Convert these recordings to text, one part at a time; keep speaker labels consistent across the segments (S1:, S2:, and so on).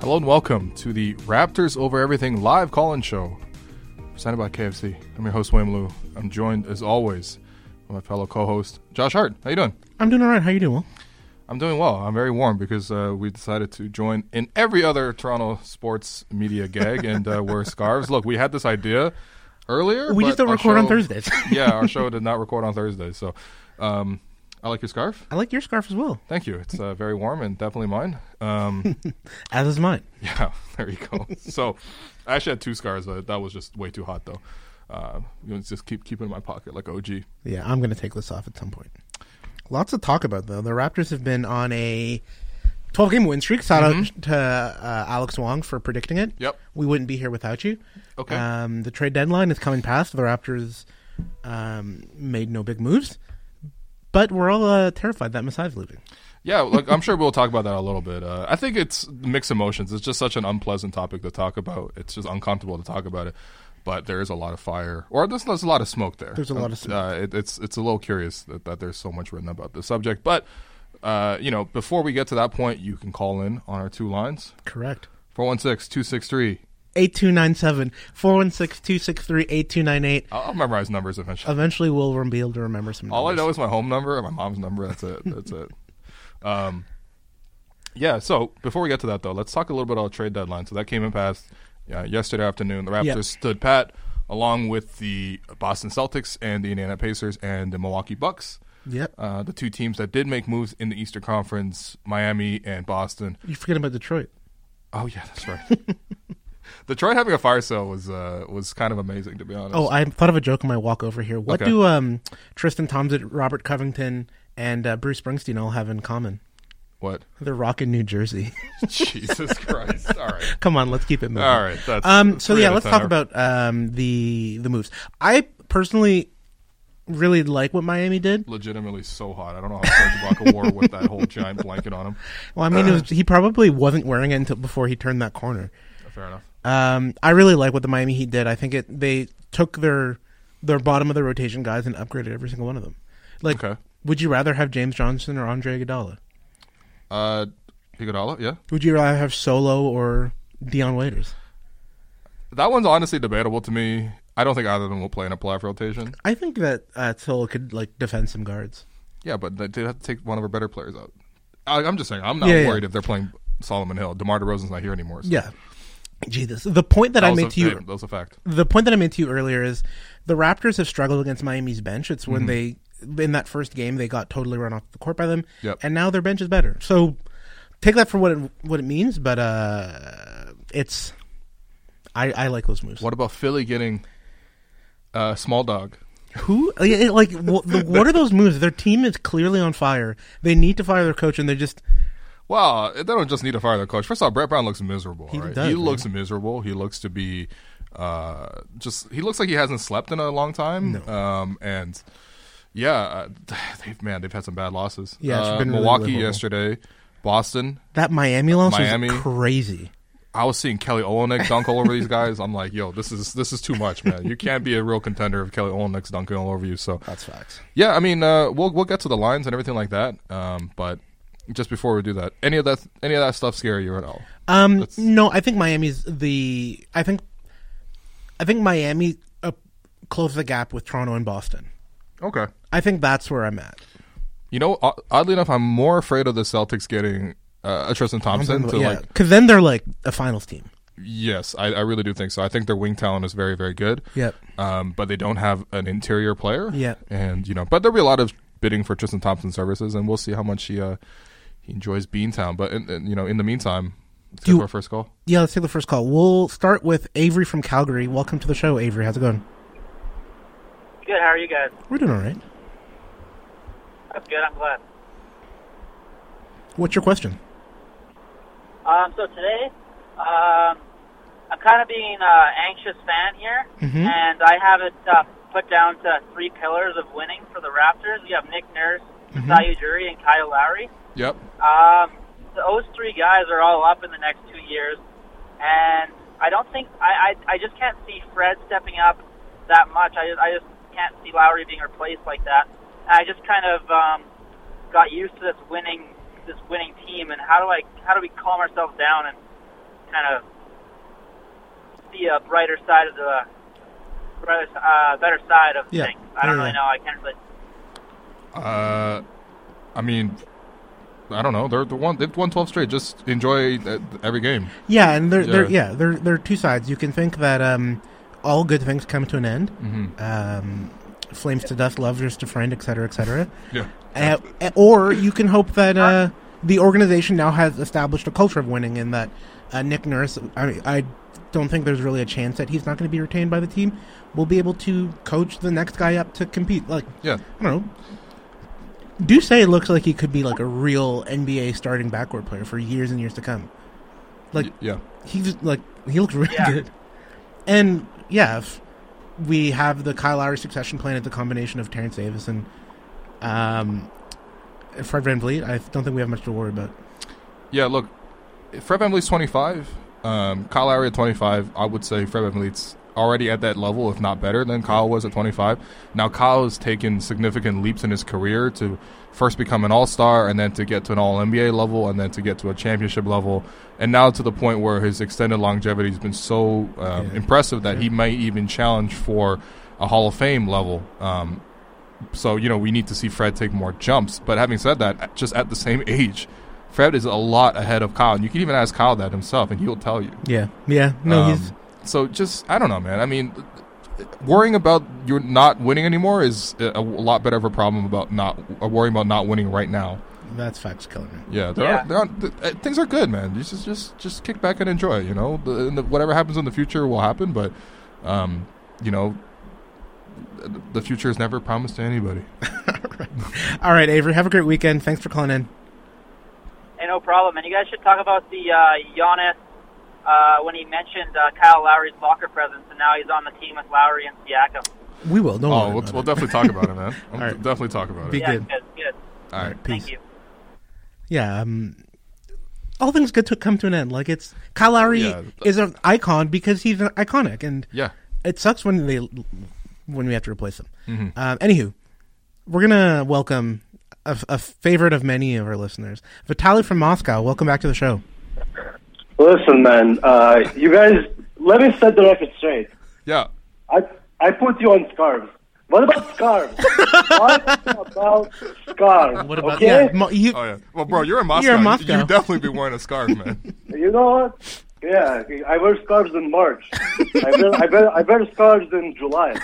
S1: Hello and welcome to the Raptors Over Everything live call-in show, presented by KFC. I'm your host William Liu. I'm joined, as always, by my fellow co-host Josh Hart. How you doing?
S2: I'm doing all right. How you doing? Will?
S1: I'm doing well. I'm very warm because uh, we decided to join in every other Toronto sports media gag and uh, wear scarves. Look, we had this idea earlier.
S2: We
S1: but
S2: just don't
S1: our
S2: record on
S1: show-
S2: Thursdays.
S1: yeah, our show did not record on Thursdays. So, um, I like your scarf.
S2: I like your scarf as well,
S1: Thank you. It's uh, very warm and definitely mine. Um,
S2: as is mine.
S1: yeah, there you go. so, I actually had two scarves, but that was just way too hot though. Uh, you know, just keep keep it in my pocket like OG.
S2: Yeah, I'm going to take this off at some point. Lots to talk about though. The Raptors have been on a 12 game win streak. Shout out to uh, Alex Wong for predicting it.
S1: Mm-hmm. Yep.
S2: We wouldn't be here without you.
S1: Okay.
S2: Um, the trade deadline is coming past. The Raptors um, made no big moves, but we're all uh, terrified that Masai's leaving.
S1: Yeah, like I'm sure we'll talk about that a little bit. Uh, I think it's mixed emotions. It's just such an unpleasant topic to talk about. It's just uncomfortable to talk about it. But there is a lot of fire, or there's, there's a lot of smoke there.
S2: There's a lot of smoke.
S1: Uh, it, it's it's a little curious that, that there's so much written about this subject. But uh, you know, before we get to that point, you can call in on our two lines
S2: Correct.
S1: 416-263.
S2: 8297 416 263 8298.
S1: I'll, I'll memorize numbers eventually.
S2: Eventually, we'll be able to remember some.
S1: All I
S2: numbers.
S1: know is my home number and my mom's number. That's it. That's it. Um, yeah. So before we get to that, though, let's talk a little bit about trade deadline. So that came and passed uh, yesterday afternoon. The Raptors
S2: Yep.
S1: stood pat along with the Boston Celtics and the Indiana Pacers and the Milwaukee Bucks.
S2: Yep.
S1: Uh, the two teams that did make moves in the Eastern Conference, Miami and Boston.
S2: You forget about Detroit.
S1: Oh yeah, that's right. Detroit having a fire sale was uh, was kind of amazing, to be honest.
S2: Oh, I thought of a joke on my walk over here. What
S1: Okay.
S2: do um, Tristan Thompson, Robert Covington, and uh, Bruce Springsteen all have in common?
S1: what?
S2: They're rocking New Jersey.
S1: Jesus Christ! All right,
S2: Come on, let's keep it moving.
S1: all right. That's,
S2: Um, so
S1: three
S2: yeah,
S1: out of
S2: let's
S1: 10
S2: talk
S1: are-
S2: about um, the the moves. I personally really like what Miami did.
S1: legitimately so hot. I don't know how Serge Ibaka wore with that whole giant blanket on him.
S2: Well, I mean, it was, he probably wasn't wearing it until before he turned that corner.
S1: Oh, Fair enough.
S2: Um, I really like what the Miami Heat did. I think it they took their their bottom of the rotation guys and upgraded every single one of them. Like,
S1: Okay.
S2: would you rather have James Johnson or Andre Iguodala?
S1: Uh, Iguodala, yeah,
S2: Would you rather have Solo or Dion Waiters?
S1: that one's honestly debatable to me. I don't think either of them will play in a playoff rotation.
S2: I think that uh, Solo could like defend some guards.
S1: Yeah, but they- they'd have to take one of our better players out. I, I'm just saying, I'm not
S2: Yeah, yeah.
S1: worried if they're playing Solomon Hill. DeMar DeRozan's not here anymore. so
S2: Yeah. Jesus, the point that,
S1: that
S2: I
S1: was
S2: made
S1: a,
S2: to you,
S1: hey, that was a fact.
S2: the point that I made to you earlier is the Raptors have struggled against Miami's bench. It's when they in that first game they got totally run off the court by them,
S1: Mm-hmm. Yep.
S2: and now their bench is better. So take that for what it what it means, but uh, it's I I like those moves.
S1: What about Philly getting uh, small dog?
S2: Who yeah, it- like wh- the, what are those moves? Their team is clearly on fire. They need to fire their coach, and they just
S1: Well, they don't just need to fire their coach. First off, Brett Brown looks miserable. He, right?
S2: does,
S1: he
S2: man.
S1: looks miserable. He looks to be uh, just. He looks like he hasn't slept in a long time. Um, and yeah, uh, they've, man, they've had some bad losses.
S2: Yeah, it's
S1: Uh,
S2: been really
S1: Milwaukee
S2: miserable.
S1: yesterday, Boston.
S2: that Miami loss
S1: Miami.
S2: is crazy.
S1: I was seeing Kelly Olenek dunk all over these guys. I'm like, yo, this is this is too much, man. You can't be a real contender if Kelly Olenek's dunking all over you. So
S2: That's facts.
S1: Yeah, I mean, uh, we'll we'll get to the lines and everything like that. Um, but just before we do that, any of that any of that stuff scare you at all?
S2: Um,
S1: That's-
S2: no, I think Miami's the. I think, I think Miami uh, closed the gap with Toronto and Boston.
S1: Okay.
S2: I think that's where I'm at.
S1: You know, o- oddly enough, I'm more afraid of the Celtics getting uh, a Tristan Thompson. To
S2: yeah,
S1: like,
S2: because then they're like a finals team.
S1: yes, I, I really do think so. I think their wing talent is very, very good.
S2: Yep.
S1: Um, but they don't have an interior player.
S2: Yep.
S1: And you know, but there'll be a lot of bidding for Tristan Thompson services, and we'll see how much he uh, he enjoys Beantown. But in, in, you know, in the meantime, let's go
S2: Do you-
S1: for our first call.
S2: Yeah, let's take the first call. We'll start with Avery from Calgary. Welcome to the show, Avery. How's it going?
S3: Good. How are you guys?
S2: We're doing all right.
S3: That's good. I'm glad.
S2: What's your question?
S3: Um, so today, um, I'm kind of being an anxious fan here, and I have it uh, put down to three pillars of winning for the Raptors. We have Nick Nurse,
S4: Mm-hmm.
S3: mm Ujiri, and Kyle Lowry.
S1: Mm-hmm. Yep.
S3: Um, those three guys are all up in the next two years, and I don't think I, I I just can't see Fred stepping up that much. I just, I just can't see Lowry being replaced like that. And I just kind of um, got used to this winning this winning team, and how do I how do we calm ourselves down and kind of see a brighter side of the brighter, uh, better side of
S2: Yeah.
S3: things? I don't
S2: Yeah,
S3: really
S2: yeah.
S3: know. I can't really.
S1: Uh, I mean, I don't know. They're the one. They've won twelve straight. Just enjoy uh, every game.
S2: Yeah, and there, there,
S1: Yeah.
S2: yeah, there, there are two sides. You can think that um, all good things come to an end.
S1: Mm-hmm.
S2: Um, flames to dust, lovers to friend, etc., etc.
S1: Yeah.
S2: Uh, or you can hope that uh, the organization now has established a culture of winning, and that uh, Nick Nurse, I, mean, I don't think there's really a chance that he's not going to be retained by the team. Will be able to coach the next guy up to compete. Like
S1: Yeah.
S2: I don't know. Duce looks like he could be like a real NBA starting backcourt player for years and years to come. Like
S1: Y- yeah.
S2: he's like he looks really
S3: Yeah.
S2: good. And yeah, if we have the Kyle Lowry succession plan as a combination of Terrence Davis and um, Fred Van Vliet. I don't think we have much to worry about.
S1: Yeah. Look, if Fred VanVleet's twenty five. Um, Kyle Lowry at twenty five. I would say Fred VanVleet's already at that level, if not better, than Kyle was at twenty five. Now Kyle has taken significant leaps in his career to first become an All Star, and then to get to an All NBA level, and then to get to a championship level, and now to the point where his extended longevity has been so um, impressive that he might even challenge for a Hall of Fame level. Um, So, you know, we need to see Fred take more jumps. But having said that, just at the same age, Fred is a lot ahead of Kyle. And you can even ask Kyle that himself, and he'll tell you.
S2: Yeah, yeah. No,
S1: Um,
S2: he's
S1: so just, I don't know, man. I mean, worrying about you're not winning anymore is a, a lot better of a problem about not uh, worrying about not winning right now.
S2: that's facts killer. man.
S1: Yeah, there
S3: Yeah.
S1: Are, there are, th- uh, things are good, man. You just just just kick back and enjoy. You know, the, and the, whatever happens in the future will happen, but um, you know, th- the future is never promised to anybody.
S2: All right, Avery. Have a great weekend. Thanks for calling in.
S3: Hey, no problem. And you guys should talk about the uh, Giannis uh, when he mentioned uh, Kyle Lowry's locker presence, and now he's on the team with Lowry and Siakam.
S2: We will. Don't
S1: Oh,
S2: worry
S1: we'll,
S2: about
S1: we'll
S2: it.
S1: definitely talk about it, man. We'll
S2: All right.
S1: definitely talk about
S2: Be
S1: it.
S3: Yeah,
S2: good.
S3: good, good.
S1: All right.
S3: Thank you.
S2: Yeah. Um, all things good to come to an end. Like it's Kyle Lowry
S1: Yeah.
S2: is an icon because he's an iconic, and
S1: Yeah.
S2: it sucks when they when we have to replace them.
S1: Mm-hmm.
S2: Um, anywho, we're gonna welcome a, a favorite of many of our listeners, Vitaly from Moscow. Welcome back to the show.
S5: Listen, man, uh, you guys, let me set the record straight.
S1: Yeah.
S5: I, I put you on scarves. What about scarves? what about scarves? Uh, What about okay?
S2: Yeah, mo- you-
S1: Oh yeah. Well, bro, you're in Moscow.
S2: in
S1: You-
S2: Moscow.
S1: You definitely be wearing a scarf, man.
S5: You know what? Yeah, I wear scarves in March. I wear, I wear, I wear scarves in July.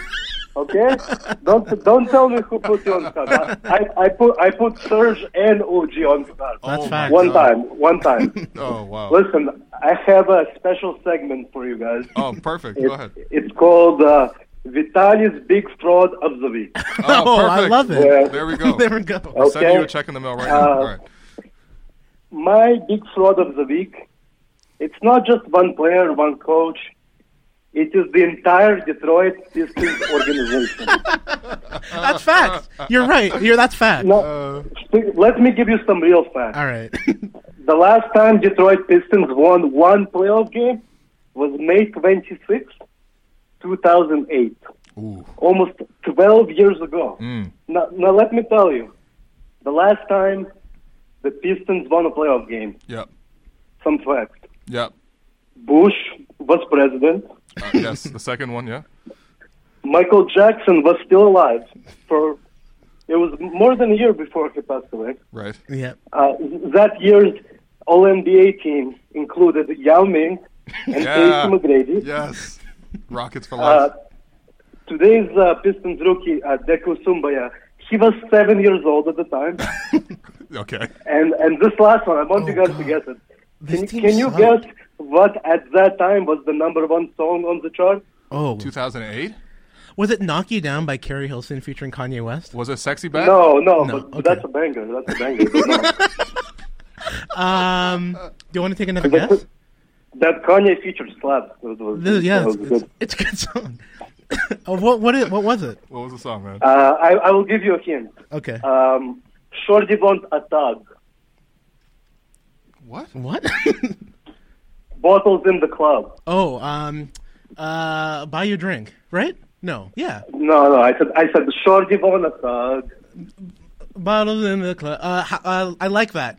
S5: Okay, don't don't tell me who put you on scarves. I, I put I put Serge and OG on scarves.
S2: That's
S1: Oh, my
S2: fine.
S5: One
S1: God.
S5: time, one time.
S1: Oh wow.
S5: Listen, I have a special segment for you guys.
S1: Oh, perfect.
S5: It-
S1: Go ahead.
S5: It's called uh, Vitali's Big Fraud of the Week.
S1: Oh,
S2: Oh, I
S1: perfect.
S2: love it.
S1: There we go.
S2: there we go.
S1: I'm Sending you a
S5: Okay. Uh,
S1: check in the mail right now. All right.
S5: My big fraud of the week, it's not just one player, one coach. It is the entire Detroit Pistons organization.
S2: That's facts. You're right. You're that's facts.
S5: Now, let me give you some real facts.
S2: All right.
S5: The last time Detroit Pistons won one playoff game was May 26, 2008.
S1: Ooh.
S5: Almost 12 years ago.
S1: Mm.
S5: Now, now, let me tell you, the last time the Pistons won a playoff game,
S1: Yep.
S5: some facts.
S1: Yep.
S5: Bush was president.
S1: Uh, yes. The second one. Yeah.
S5: Michael Jackson was still alive for it was more than a year before he passed away.
S1: Right.
S2: yeah.
S5: Uh, that year's All NBA team included Yao Ming and
S1: Yeah.
S5: Tracy McGrady.
S1: Yes. Rockets for
S5: Uh,
S1: life.
S5: today's uh, Pistons rookie uh, Deku Sumbaya. He was seven years old at the time,
S1: okay.
S5: and and this last one, I want you guys to guess it. Can,
S2: team
S5: can you
S2: sucked.
S5: guess what at that time was the number one song on the chart?
S2: Oh,
S1: 2008
S2: was it "Knock You Down" by Carrie Hilson featuring Kanye West?
S1: was it sexy back?
S5: No, no,
S2: No,
S5: but
S2: okay.
S5: that's a banger. That's a banger. No.
S2: Um, do you want to take another guess?
S5: That Kanye featured slapped. It was,
S2: This is- yeah,
S5: that
S2: it's,
S5: was
S2: it's,
S5: good.
S2: it's a good song. oh, what what it, what was it?
S1: What was the song, man?
S5: Uh, I, I will give you a hint.
S2: Okay.
S5: Um, Shorty wants a tug.
S1: what?
S2: what?
S5: Bottles in the club.
S2: oh, um, uh, buy you a drink, right? No, yeah,
S5: No, no. I said I said Shorty wants a tug.
S2: bottles in the club. Uh, ho- uh, I like that.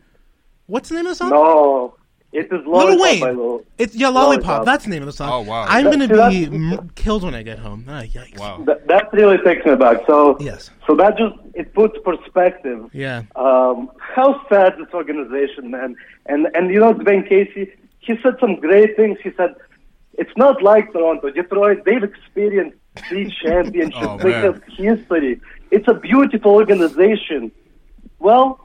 S2: What's the name of the song?
S5: No, it is
S2: Little
S5: lollipop. by
S2: Wayne.
S5: Lil-
S2: It's yeah, lollipop.
S5: Lollipop.
S2: That's the name of the song.
S1: Oh, wow.
S2: I'm gonna
S5: That-
S2: be
S5: that's-
S2: m- killed when I get home. Ah, yikes.
S1: Wow.
S5: That, that really takes me back. So
S2: Yes.
S5: So that just it puts perspective.
S2: Yeah.
S5: Um, how sad this organization, man. And and you know Dwayne Casey, he said some great things. He said it's not like Toronto, Detroit. They've experienced three championships.
S1: Oh,
S5: they
S1: man.
S5: have history. It's a beautiful organization. Well.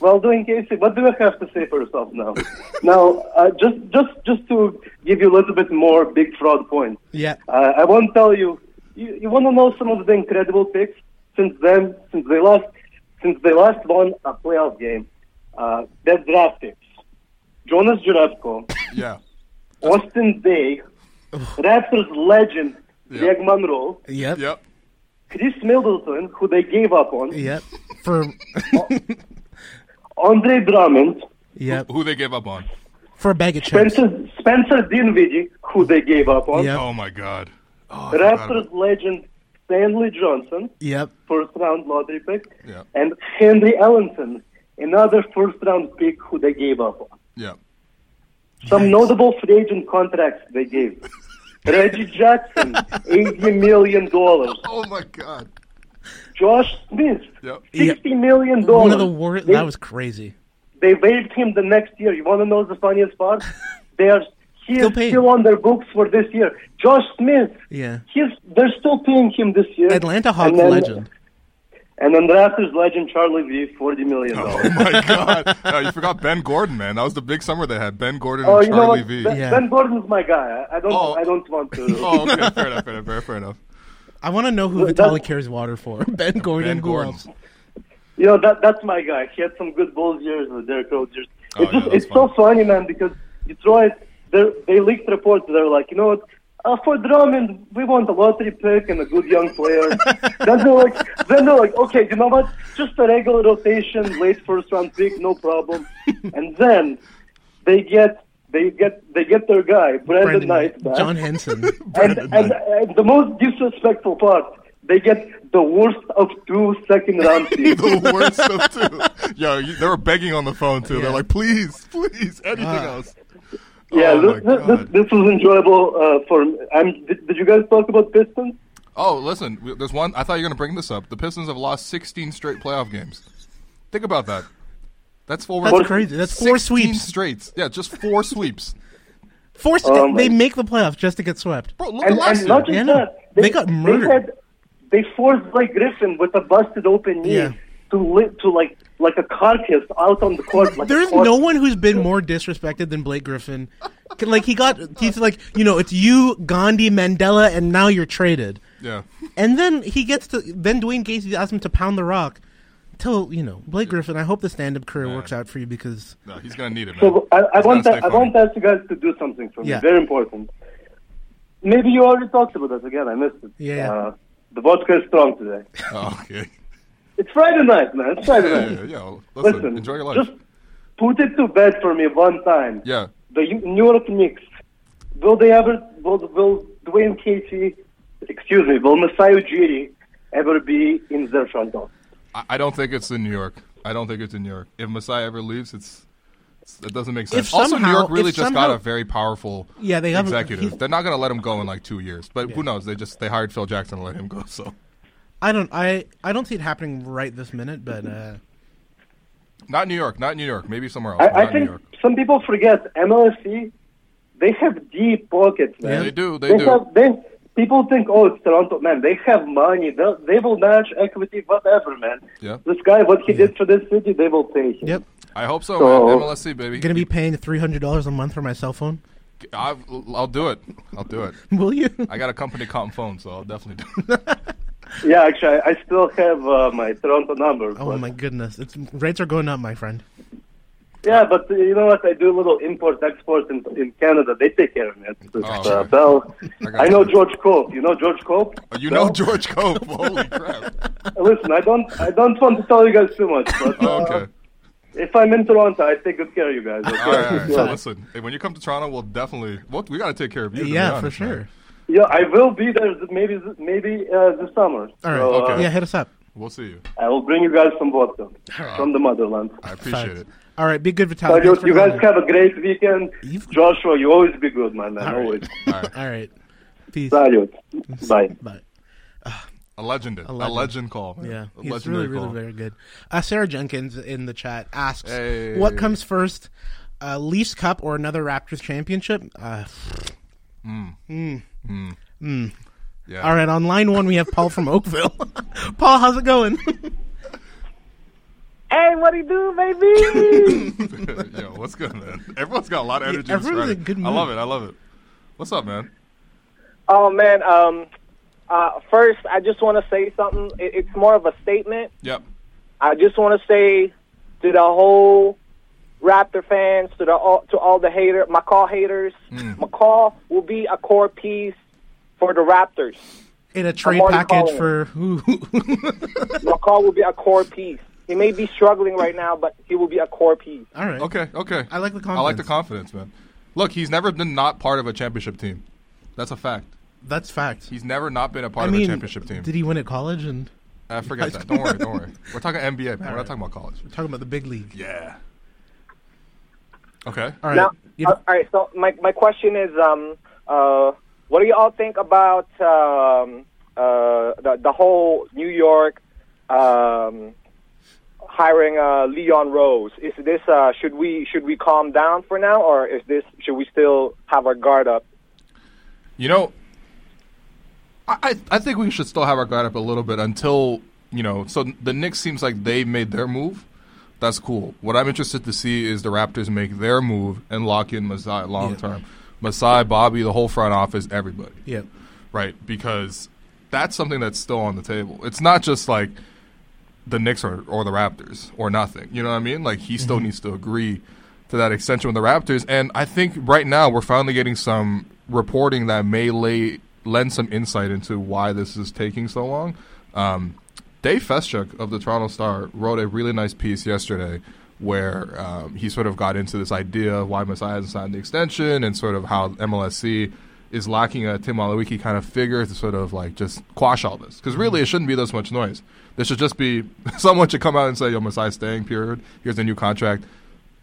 S5: Well, Dwayne Casey, what do you have to say for yourself now? now, uh, just just just to give you a little bit more big fraud points.
S2: Yeah.
S5: Uh, I won't tell you. You, you want to know some of the incredible picks since then, since they lost, since they last won a playoff game. Uh, their draft picks: Jonas Jerebko,
S1: Yeah.
S5: Austin Day, Raptors legend
S1: Yeah.
S5: Greg Monroe,
S2: Yep.
S1: Yep.
S5: Chris Middleton, who they gave up on,
S2: Yep. For
S5: Andre Drummond,
S2: yep.
S1: Who they gave up on?
S2: For a bag of chips.
S5: Spencer, Spencer Dinwiddie, who they gave up on,
S2: Yep.
S1: Oh my God. Oh, I forgot
S5: Raptors
S1: about-
S5: legend Stanley Johnson,
S2: Yep.
S5: first round lottery pick,
S1: Yeah.
S5: and Henry Ellenson, another first round pick who they gave up on.
S1: Yeah.
S5: Some notable free agent contracts they gave. Reggie Jackson, eighty million dollars.
S1: Oh my God.
S5: Josh Smith,
S1: Yep.
S5: sixty million dollars.
S2: One of the worst.
S5: They,
S2: That was crazy.
S5: they waived him the next year. You want to know the funniest part? they are he
S2: Still
S5: is
S2: paying.
S5: still on their books for this year. Josh Smith,
S2: Yeah.
S5: he's they're still paying him this year.
S2: Atlanta
S5: And
S2: Hawks
S5: then-
S2: legend.
S5: And then Raptors legend Charlie V, forty million dollars.
S1: Oh my God. No, you forgot Ben Gordon, man. That was the big summer they had. Ben Gordon
S5: Oh,
S1: and
S5: you know
S1: Charlie
S5: what?
S1: V.
S5: Ben,
S2: Yeah.
S5: ben Gordon's my guy. I I don't.
S1: Oh.
S5: I don't want to.
S1: Oh, okay. Fair enough. Fair enough. Fair enough.
S2: I want to know who
S5: that-
S2: Vitali carries water for. Ben Gordon.
S1: Ben
S2: who
S1: Gordon.
S2: else?
S5: You know that that's my guy. He had some good Bulls years with Derrick Rogers.
S1: Oh,
S5: It's just
S1: yeah, that was
S5: it's so funny, man, because Detroit they they leaked reports. They're like, you know what? Uh, for Drummond, we want a lottery pick and a good young player. then they're like, then they're like, okay, you know what? Just a regular rotation, late first round pick, no problem. and then they get they get they get their guy Brandon, Knight back.
S2: John Henson.
S5: and, and, and the most disrespectful part, they get the worst of two second round picks.
S1: the worst stuff too. Yo, you, they were begging on the phone too. They're
S2: Yeah. Uh.
S1: like, please, please, anything else.
S5: yeah,
S1: oh
S5: this,
S1: my
S5: this, this,
S1: God.
S5: this was enjoyable uh, for. I'm, did, did you guys talk about Pistons?
S1: Oh, listen, w- there's one. I thought you were gonna bring this up. The Pistons have lost 16 straight playoff games. Think about that. That's four.
S2: That's crazy. That's
S1: 16
S2: four sweeps.
S1: straight. Yeah, just four sweeps.
S2: Four.
S5: Oh, my-
S2: they make the playoffs just to get swept.
S1: Bro, look
S5: And,
S1: at last
S5: and not just
S1: year.
S2: Yeah, no.
S5: that,
S2: They got murdered.
S5: They, had, they forced like Griffin with a busted open knee
S2: Yeah.
S5: to li- to like like a carcass out on the court. Like a
S2: There's
S5: corpse.
S2: no one who's been more disrespected than Blake Griffin. Like he got, he's like, you know, it's you, Gandhi, Mandela, and now you're traded.
S1: Yeah.
S2: And then he gets to, then Dwayne Casey asks him to pound the rock. Till you know, Blake Griffin. I hope the stand-up career works out for you because
S1: No, he's gonna need it, man.
S5: So I, I
S1: He's
S5: want
S1: gotta
S5: that,
S1: stay
S5: I want
S1: funny.
S5: to ask you guys to do something for me.
S2: Yeah.
S5: Very important. Maybe you already talked about this again. I missed it.
S2: Yeah.
S5: Uh, the vodka is strong today.
S1: Oh, okay.
S5: It's Friday night, man. It's Friday
S1: Yeah,
S5: night.
S1: yeah, yeah. Well, Listen,
S5: Listen,
S1: enjoy your life.
S5: just put it to bed for me one time.
S1: yeah.
S5: The U- New York Knicks. Will they ever? Will, will Dwayne Casey? Excuse me. Will Masai Ujiri ever be in their front office?
S1: I, I don't think it's in New York. I don't think it's in New York. If Messiah ever leaves, it's, it's it doesn't make sense.
S2: If
S1: also, New
S2: somehow-
S1: York really
S2: if
S1: just
S2: somehow-
S1: got a very powerful
S2: Yeah, they haven't-
S1: executive.
S2: he's-
S1: They're not going to let him go in like two years. But who knows? They just they hired Phil Jackson and let him go. So
S2: I don't, I, I don't see it happening right this minute. But uh,
S1: not New York, not New York. Maybe somewhere else. but
S5: I,
S1: Oh, not
S5: I
S1: New
S5: think
S1: York.
S5: some people forget MLSC. They have deep pockets, man.
S2: Yeah,
S1: They do. They,
S5: They
S1: do.
S5: have they. People think, oh, it's Toronto, man. They have money. They'll, they will match equity, whatever, man.
S1: Yeah.
S5: This guy, what he did for this city, they will pay him.
S2: yep,
S1: I hope so.
S5: So-
S1: man. MLSC baby.
S2: gonna be paying three hundred dollars a month for my cell phone.
S1: I've, I'll do it. I'll do it.
S2: Will you?
S1: I got a company comp phone, so I'll definitely do it.
S5: Yeah, actually, I, I still have uh, my Toronto number.
S2: Oh
S5: but
S2: my goodness, it's rates are going up, my friend.
S5: Yeah, but uh, you know what? I do a little import export in, in Canada. They take care of it. It's,
S1: Oh,
S5: uh,
S1: okay.
S5: Bell.
S1: I got
S5: I know
S1: you. Oh,
S5: George Cope. You know George Cope?
S1: You know
S5: Bell?
S1: George Cope. Holy crap.
S5: Listen, I don't. I don't want to tell you guys too much. But uh,
S1: Oh, Okay.
S5: if I'm in Toronto, I take good care of you guys. Okay?
S1: All right, all right.
S5: Yeah.
S1: So listen, hey, when you come to Toronto, we'll definitely well, we got to take care of you. to be
S2: Yeah, for
S1: honest, man.
S2: sure.
S5: Yeah, I will be there. th- Maybe, th- maybe uh, this summer.
S2: All right.
S5: So, uh,
S1: Okay.
S2: Yeah, hit us up.
S1: We'll see you.
S5: I will bring you guys some vodka from the motherland.
S1: I appreciate it.
S2: All right. Be good,
S5: So
S2: Vitaly.
S5: you,
S2: Thanks for
S5: you guys
S2: calling.
S5: have a great weekend.
S2: You've-
S5: Joshua, you always be good, my man. Always.
S2: All right. Peace.
S5: Salut. Bye.
S2: Bye.
S1: A legend. A legend,
S2: legend.
S1: call. Man.
S2: Yeah,
S1: a
S2: he's
S1: legendary
S2: really, really
S1: call.
S2: very good. Uh, Sarah Jenkins in the chat asks,
S1: Hey.
S2: "What comes first, uh, Leafs Cup or another Raptors championship?" Uh,
S1: Mm.
S2: Mm.
S1: Yeah.
S2: all right, on line one we have Paul from Oakville. Paul, how's it going?
S3: Hey, what do you do, baby?
S1: Yo, what's good, man? Everyone's got a lot of energy. this
S2: everyone's in
S1: Friday.
S2: a good
S1: I
S2: mood.
S1: love it. I love it. What's up, man?
S3: oh man, um, uh, first I just want to say something. It, it's more of a statement.
S1: Yep.
S3: I just want to say to the whole Raptor fans, to the all, to all the hater McCall haters,
S1: Hmm.
S3: McCall will be a core piece for the Raptors.
S2: In a trade
S3: already
S2: package
S3: calling.
S2: for who?
S3: McCall will be a core piece. He may be struggling right now, but he will be a core piece.
S2: all right,
S1: Okay. Okay.
S2: I like the
S1: I like the
S2: confidence.
S1: confidence, man. Look, he's never been not part of a championship team. That's a fact.
S2: that's fact.
S1: He's never not been a part
S2: I
S1: of a
S2: mean,
S1: championship team.
S2: did he win at college? And
S1: I forget that. Don't worry. Don't worry. We're talking NBA, man. We're not talking about college.
S2: talking about the big league.
S1: Yeah. Okay.
S2: All right,
S3: Now,
S2: you
S3: uh,
S2: know-
S3: all right. So my my question is, um, uh, what do you all think about um, uh, the the whole New York um, hiring uh, Leon Rose? Is this uh, should we should we calm down for now, or is this should we still have our guard up?
S1: You know, I, I I think we should still have our guard up a little bit until you know. So the Knicks seems like they made their move. That's cool. What I'm interested to see is the Raptors make their move and lock in Masai long
S2: Yeah.
S1: term. Masai, Bobby, the whole front office, everybody
S2: yeah,
S1: right? Because that's something that's still on the table. It's not just like the Knicks or, or the Raptors or nothing. You know what I mean? Like he still needs to agree to that extension with the Raptors. And I think right now we're finally getting some reporting that may lay lend some insight into why this is taking so long. Um, Dave Festchuk of the Toronto Star wrote a really nice piece yesterday where um, he sort of got into this idea of why Masai hasn't signed the extension and sort of how MLSC is lacking a Tim Malawiki kind of figure to sort of like just quash all this. Because really, it shouldn't be this much noise. There should just be someone should come out and say, yo, Masai's staying, period. Here's a new contract.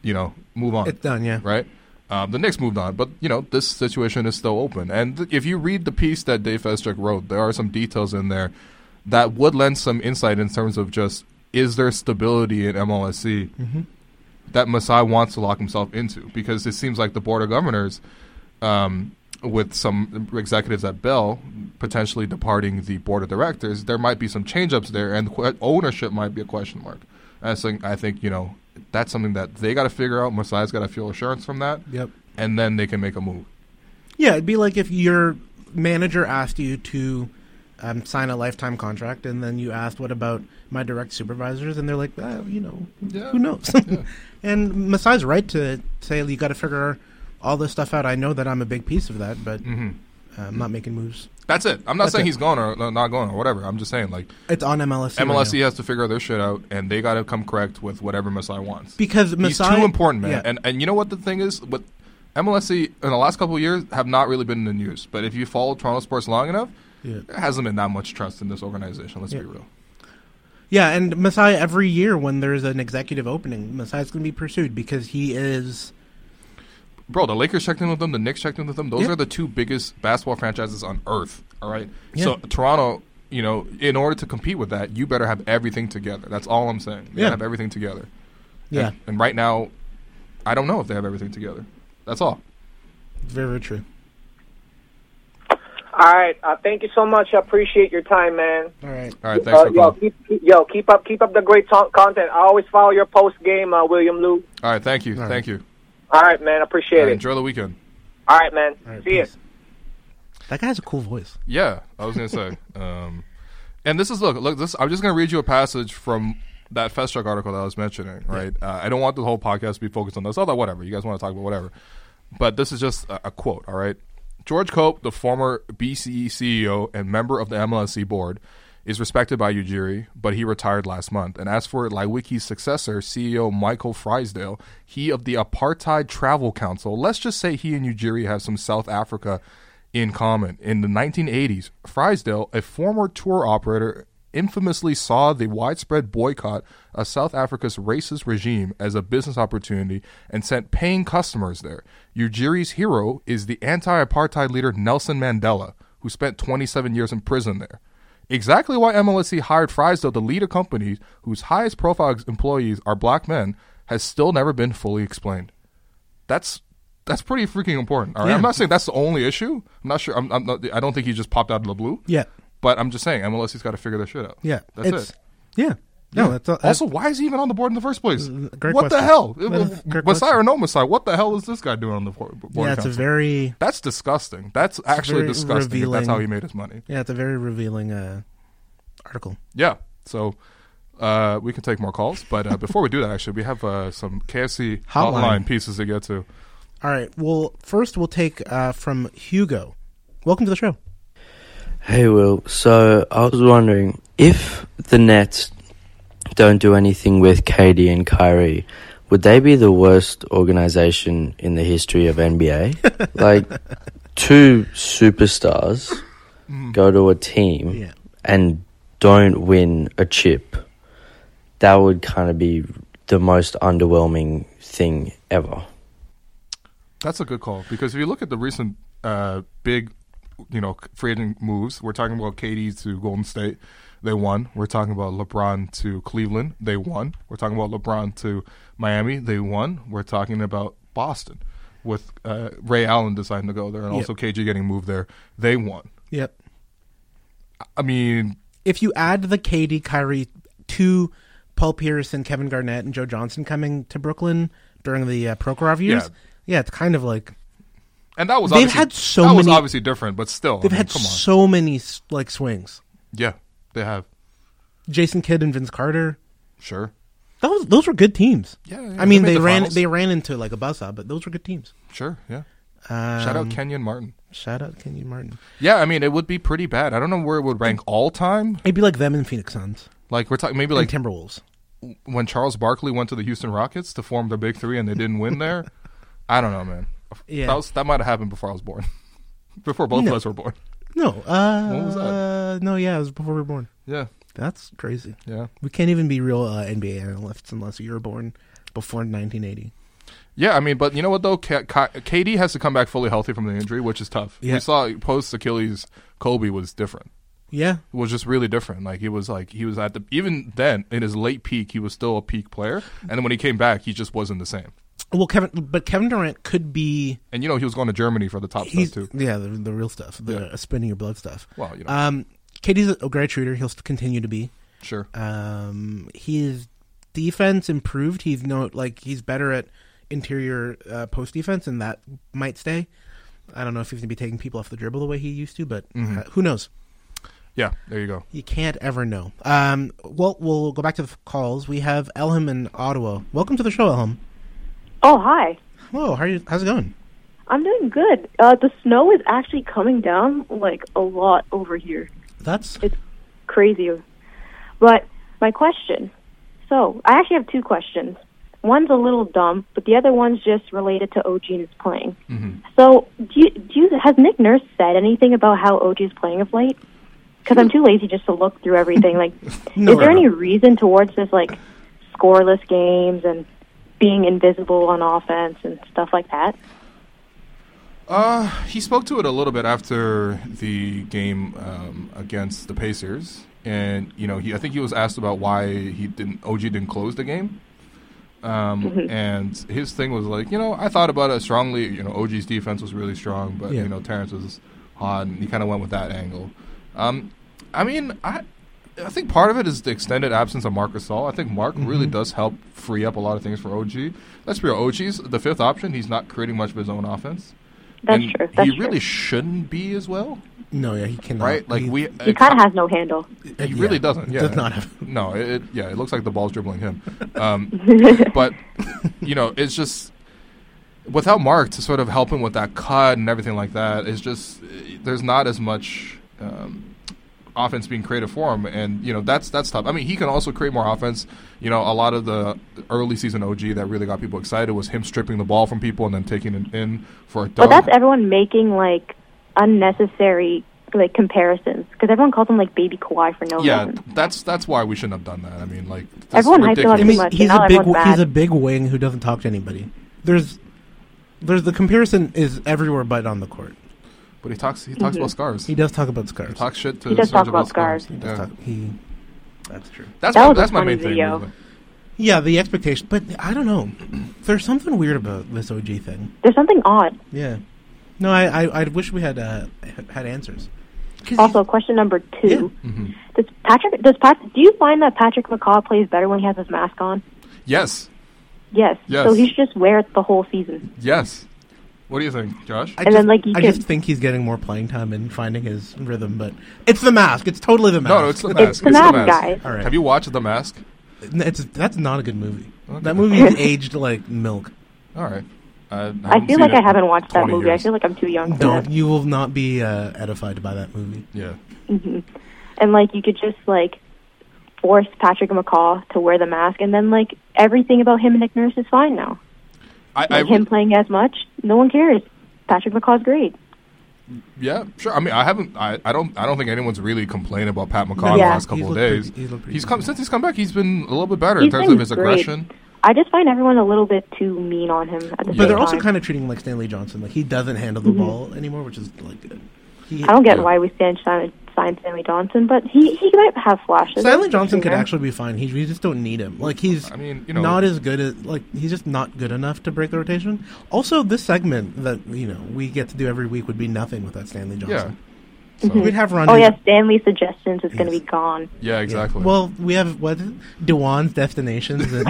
S1: You know, move on.
S2: it's done. Yeah,
S1: Right? Um, the Knicks moved on, but you know this situation is still open. And th- if you read the piece that Dave Festchuk wrote, there are some details in there that would lend some insight in terms of just is there stability in MLSC
S2: Mm-hmm.
S1: that Masai wants to lock himself into? Because it seems like the board of governors, um, with some executives at Bell potentially departing the board of directors, there might be some change-ups there, and que- ownership might be a question mark. I think I think you know that's something that they got to figure out. Masai's got to feel assurance from that.
S2: Yep.
S1: and then they can make a move.
S2: yeah. It'd be like if your manager asked you to um, sign a lifetime contract, and then you asked, "What about my direct supervisors?" And they're like, ah, "You know,
S1: Yeah.
S2: who knows?" and Masai's right to say, "You got to figure all this stuff out." I know that I'm a big piece of that, but uh, I'm not making moves.
S1: Mm-hmm. That's it. I'm not
S2: That's
S1: saying
S2: it.
S1: he's gone or not gone or whatever. I'm just saying like
S2: It's on MLSC. right
S1: MLSC
S2: now.
S1: has to figure their shit out, and they got to come correct with whatever Masai wants.
S2: because
S1: he's
S2: Masai
S1: too important, man.
S2: Yeah.
S1: And and you know what the thing is with MLSC in the last couple of years have not really been in the news. But if you follow Toronto sports long enough,
S2: Yeah.
S1: there hasn't been that much trust in this organization. Let's be real.
S2: Yeah, and Masai every year when there's an executive opening, Masai's going to be pursued because he is
S1: Bro, the Lakers checked in with them. The Knicks checked in with them. Those
S2: Yeah.
S1: are the two biggest basketball franchises on earth. All right.
S2: Yeah.
S1: So Toronto, you know, in order to compete with that, you better have everything together. That's all I'm saying. You
S2: Yeah.
S1: gotta have everything together.
S2: yeah,
S1: And, and right now, I don't know if they have everything together. That's all.
S2: very very true.
S3: All right. Uh, thank you so much. I appreciate your time, man.
S2: All right.
S1: All right. Thanks
S3: uh,
S1: for
S3: yo,
S1: calling.
S3: keep, keep- yo, keep up, keep up the great to- content. I always follow your post game, uh, William Lou.
S1: All right. Thank you.
S2: right.
S1: Thank you.
S3: All right, man. Appreciate
S1: All right,
S3: it.
S1: enjoy the weekend.
S3: All right, man.
S2: All right,
S3: See ya.
S2: peace. That guy has a cool voice.
S1: Yeah, I was gonna say. um, and this is look, look. This I'm just gonna read you a passage from that Fest Truck article that I was mentioning, right? Uh, I don't want the whole podcast to be focused on this. Although, whatever. You guys want to talk about whatever. But this is just a, a quote, all right? George Cope, the former E BCE CEO and member of the MLSC board, is respected by Ujiri, but he retired last month. And as for Liwicki's successor, CEO Michael Friesdale, he of the Apartheid Travel Council, let's just say he and Ujiri have some South Africa in common. In the 1980s, Friesdale, a former tour operator, infamously saw the widespread boycott of South Africa's racist regime as a business opportunity and sent paying customers there. Ujiri's hero is the anti apartheid leader Nelson Mandela, who spent 27 years in prison there. Exactly why MLSC hired Friesdale to lead a company whose highest profile employees are black men has still never been fully explained that's that's pretty freaking important. All right, I'm not saying that's the only issue. I'm not sure. I'm, I'm not, I don't think he just popped out of the blue.
S2: Yeah.
S1: But I'm just saying MLSC's got to figure that shit out.
S2: Yeah,
S1: That's
S2: it's,
S1: it.
S2: Yeah, no, that's all,
S1: Also, why is he even on the board in the first place?
S2: great
S1: what the
S2: question.
S1: hell?
S2: That's a great
S1: Messiah
S2: question.
S1: or no Messiah? What the hell is this guy doing on the board? board
S2: yeah, it's a
S1: council?
S2: very
S1: that's disgusting. That's actually
S2: very
S1: disgusting. if That's
S2: revealing.
S1: how he made his money.
S2: yeah, it's a very revealing uh, article.
S1: Yeah. So uh, we can take more calls, but uh, before we do that, actually, we have uh, some KFC
S2: Hotline.
S1: hotline pieces to get to.
S2: All right, well, first we'll take uh, from Hugo. Welcome to the show.
S6: Hey Will, so I was wondering if the Nets don't do anything with KD and Kyrie, would they be the worst organization in the history of NBA? like two superstars
S1: Mm.
S6: go to a team
S2: Yeah.
S6: and don't win a chip. That would kind of be the most underwhelming thing ever.
S1: That's a good call because if you look at the recent uh, big, you know, free agent moves, we're talking about KD to Golden State, they won. We're talking about LeBron to Cleveland, they won. We're talking about LeBron to Miami, they won. We're talking about Boston with uh, Ray Allen deciding to go there and
S2: Yep.
S1: also KG getting moved there, they won.
S2: Yep.
S1: I mean,
S2: If you add the KD Kyrie to Paul Pierce and Kevin Garnett and Joe Johnson coming to Brooklyn during the uh, Prokhorov years, yeah. it's kind of like
S1: and that was
S2: They've
S1: obviously-
S2: had so
S1: that was
S2: many-
S1: obviously different, but still, I
S2: they've
S1: mean,
S2: had
S1: come on,
S2: so many s- like swings.
S1: yeah, they have
S2: Jason Kidd and Vince Carter.
S1: sure.
S2: Those those were good teams.
S1: Yeah, yeah,
S2: I mean
S1: they made
S2: they,
S1: the
S2: ran
S1: finals.
S2: they ran into like a buzzsaw, but those were good teams.
S1: Sure, yeah.
S2: Um,
S1: Shout out Kenyon Martin.
S2: Shout out Kenny Martin.
S1: Yeah, I mean, it would be pretty bad. I don't know where it would rank all time.
S2: It'd be like them and Phoenix Suns
S1: Like we're talking maybe
S2: like,
S1: like
S2: Timberwolves.
S1: when Charles Barkley went to the Houston Rockets to form the Big Three and they didn't win there. I don't know, man.
S2: Yeah.
S1: that, was- that might have happened before I was born, before both
S2: No.
S1: of us were born.
S2: No, uh,
S1: When was that?
S2: No, yeah, it was before we were born.
S1: Yeah,
S2: That's crazy.
S1: yeah,
S2: We can't even be real uh, NBA analysts unless you were born before 1980.
S1: yeah. I mean, but you know what though, Ka- Ka- KD has to come back fully healthy from the injury, which is tough.
S2: Yeah.
S1: We saw post Achilles, Kobe was different.
S2: Yeah,
S1: was just really different. Like he was like he was at the even then in his late peak, he was still a peak player, and then when he came back, he just wasn't the same.
S2: well, Kevin, but Kevin Durant could be
S1: And you know he was going to Germany for the top
S2: he's
S1: stuff too.
S2: yeah the, the real stuff, the
S1: Yeah.
S2: uh, spinning your blood stuff.
S1: Well, you know.
S2: um, Katie's a great shooter. He'll st- continue to be.
S1: Sure.
S2: Um, his defense improved. He's no like he's better at interior uh, post defense, and that might stay. I don't know if he's gonna be taking people off the dribble the way he used to, but
S1: Mm-hmm.
S2: uh, who knows?
S1: Yeah. There you go.
S2: You can't ever know. Um, well, we'll go back to the calls. We have Elham in Ottawa. Welcome to the show, Elham.
S7: Oh, hi.
S2: Hello, how are you? How's it going?
S7: I'm doing good. Uh, the snow is actually coming down like a lot over here.
S2: That's
S7: It's crazy. But my question. So I actually have two questions. One's a little dumb, but the other one's just related to OG and his playing.
S2: Mm-hmm.
S7: So do you, do you, has Nick Nurse said anything about how OG is playing of late? Because I'm too lazy just to look through everything. Like,
S2: No.
S7: is there any reason towards this like scoreless games and being invisible on offense and stuff like that?
S1: Uh, He spoke to it a little bit after the game um, against the Pacers, and you know, he I think he was asked about why he didn't OG didn't close the game, um, and his thing was like, you know, I thought about it strongly. You know, OG's defense was really strong, but
S2: Yeah.
S1: you know, Terrence was hot, and he kind of went with that angle. Um, I mean, I. I think part of it is the extended absence of Marc Gasol. I think Mark
S2: Mm-hmm.
S1: really does help free up a lot of things for OG. Let's be real, OG's the fifth option. He's not creating much of his own offense.
S7: That's
S1: and
S7: true. That's
S1: he really shouldn't be as well,
S2: No, yeah, he cannot.
S1: right? Like
S2: He-
S1: we,
S7: true. He kind of has no handle.
S1: he really
S2: yeah,
S1: doesn't. Yeah,
S2: does not have-
S1: No, it, it- yeah, it looks like the ball's dribbling him. Um, but you know, it's just without Mark to sort of help him with that cut and everything like that. It's just eh, there's not as much um, offense being created for him, and you know that's that's tough. I mean, he can also create more offense. You know, a lot of the early season OG that really got people excited was him stripping the ball from people and then taking it in for a dunk.
S7: But that's everyone making like unnecessary like comparisons because everyone calls him like baby Kawhi for no
S1: yeah,
S7: reason.
S1: that's that's why we shouldn't have done that. I mean, like that's
S7: Everyone hyped him up
S2: I
S7: too
S1: ridiculous.
S2: mean,
S7: much,
S2: he's
S7: and
S2: a
S7: now
S2: big
S7: everyone's
S2: he's
S7: mad.
S2: a big wing who doesn't talk to anybody. There's there's the comparison is everywhere but on the court.
S1: But he talks he
S7: Mm-hmm.
S1: talks about scars.
S2: He does talk about scars.
S1: talk shit to
S7: He does
S1: Serge
S7: talk about
S1: Ibaka's
S7: scars.
S2: He
S1: parents.
S2: does
S1: Yeah.
S2: talk- he- that's true.
S1: That's
S7: That
S1: my,
S7: was a
S1: that's my
S7: funny
S1: main thing.
S7: video.
S1: really.
S2: Yeah, the expectation, but I don't know. There's something weird about this OG thing.
S7: There's something odd.
S2: Yeah. No, I I, I wish we had uh, had answers. 'Cause
S7: Also, question number two:
S2: Yeah.
S1: Mm-hmm.
S7: Does Patrick? Does Pat? Do you find that Patrick McCaw plays better when he has his mask on?
S1: Yes,
S7: Yes.
S1: Yes.
S7: So he should just wear it the whole season.
S1: yes. What do you think, Josh?
S2: I
S7: and then, like, you
S2: I
S7: can-
S2: just think he's getting more playing time and finding his rhythm, but it's the mask. It's totally the mask.
S1: no, no, it's the mask.
S7: the mask, guys.
S2: All right.
S1: Have you watched the mask?
S2: It's- that's not a good movie.
S1: Okay.
S2: That movie is aged like milk.
S1: All right. I, haven't
S7: I feel
S1: seen
S7: like
S1: it
S7: I
S1: in
S7: haven't watched that
S1: 20
S7: movie.
S1: years.
S7: I feel like I'm too young for
S2: Don't
S7: that.
S2: you will not be uh, edified by that movie.
S1: Yeah.
S7: Mm-hmm. And like you could just like force Patrick McCaw to wear the mask, and then like everything about him and Nick Nurse is fine now.
S1: I, I
S7: Like him playing as much, no one cares. Patrick McCaw's great.
S1: yeah, sure. I mean, I haven't. I, I don't. I don't think anyone's really complained about Pat McCaw in the
S7: Yeah.
S1: last couple
S2: He's
S1: of
S2: looked pretty-
S1: days.
S2: he's looked pretty
S1: he's come
S2: good.
S1: since he's come back. He's been a little bit better in
S7: He's
S1: terms
S7: been
S1: of his
S7: great.
S1: aggression.
S7: I just find everyone a little bit too mean on him at the
S2: But
S7: same
S2: they're also
S7: time.
S2: kind of treating him like Stanley Johnson. Like he doesn't handle the ball anymore, which is like good. He,
S7: Mm-hmm. I don't get
S1: Yeah.
S7: why we stand signed Stanley Johnson, but he he might have flashes.
S2: Stanley Johnson could
S7: Yeah.
S2: actually be fine. He we just don't need him. Like he's
S1: I mean, you know-
S2: not as good as like he's just not good enough to break the rotation. Also, this segment that you know we get to do every week would be nothing without Stanley
S1: Yeah.
S2: Johnson.
S1: So,
S2: We'd have Ron.
S7: Oh yeah, Stanley's suggestions is going to be gone.
S1: yeah, exactly.
S2: Well, we have what is it? Dewan's destinations and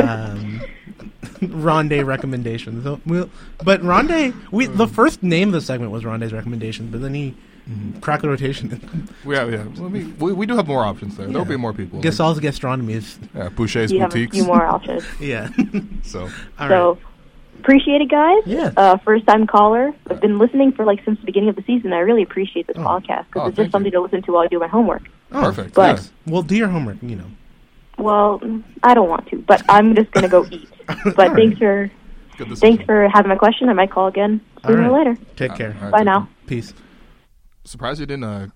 S2: um, Rondé recommendations. So we'll, but Rondé, we the
S1: Hmm.
S2: first name of the segment was Rondé's recommendations, but then he
S1: Mm-hmm.
S2: cracked the rotation.
S1: yeah, yeah. Well, I mean, we, we do have more options there. There'll be more people.
S2: Gasol's gastronomy is
S1: Yeah, Boucher's
S7: You have a
S1: boutiques.
S7: few more options.
S2: yeah.
S1: So
S2: All
S7: so
S2: right.
S7: appreciate it, guys.
S2: Yeah.
S7: Uh, first time caller. I've been listening for like since the beginning of the season. I really appreciate this podcast
S1: Oh,
S7: because it's
S1: thank
S7: just something to listen to while I do my homework.
S2: Oh,
S1: perfect.
S7: but-
S1: yeah.
S2: Well, do your homework. You know.
S7: Well, mm, I don't want to, but I'm just going to go eat. But
S2: All right.
S7: thanks for
S1: Good decision.
S7: thanks for having my question. I might call again
S2: All
S7: sooner
S2: right.
S7: or later.
S2: Take care.
S1: All right,
S7: Bye
S1: thank
S7: now.
S1: you.
S2: Peace.
S1: Surprised you didn't uh,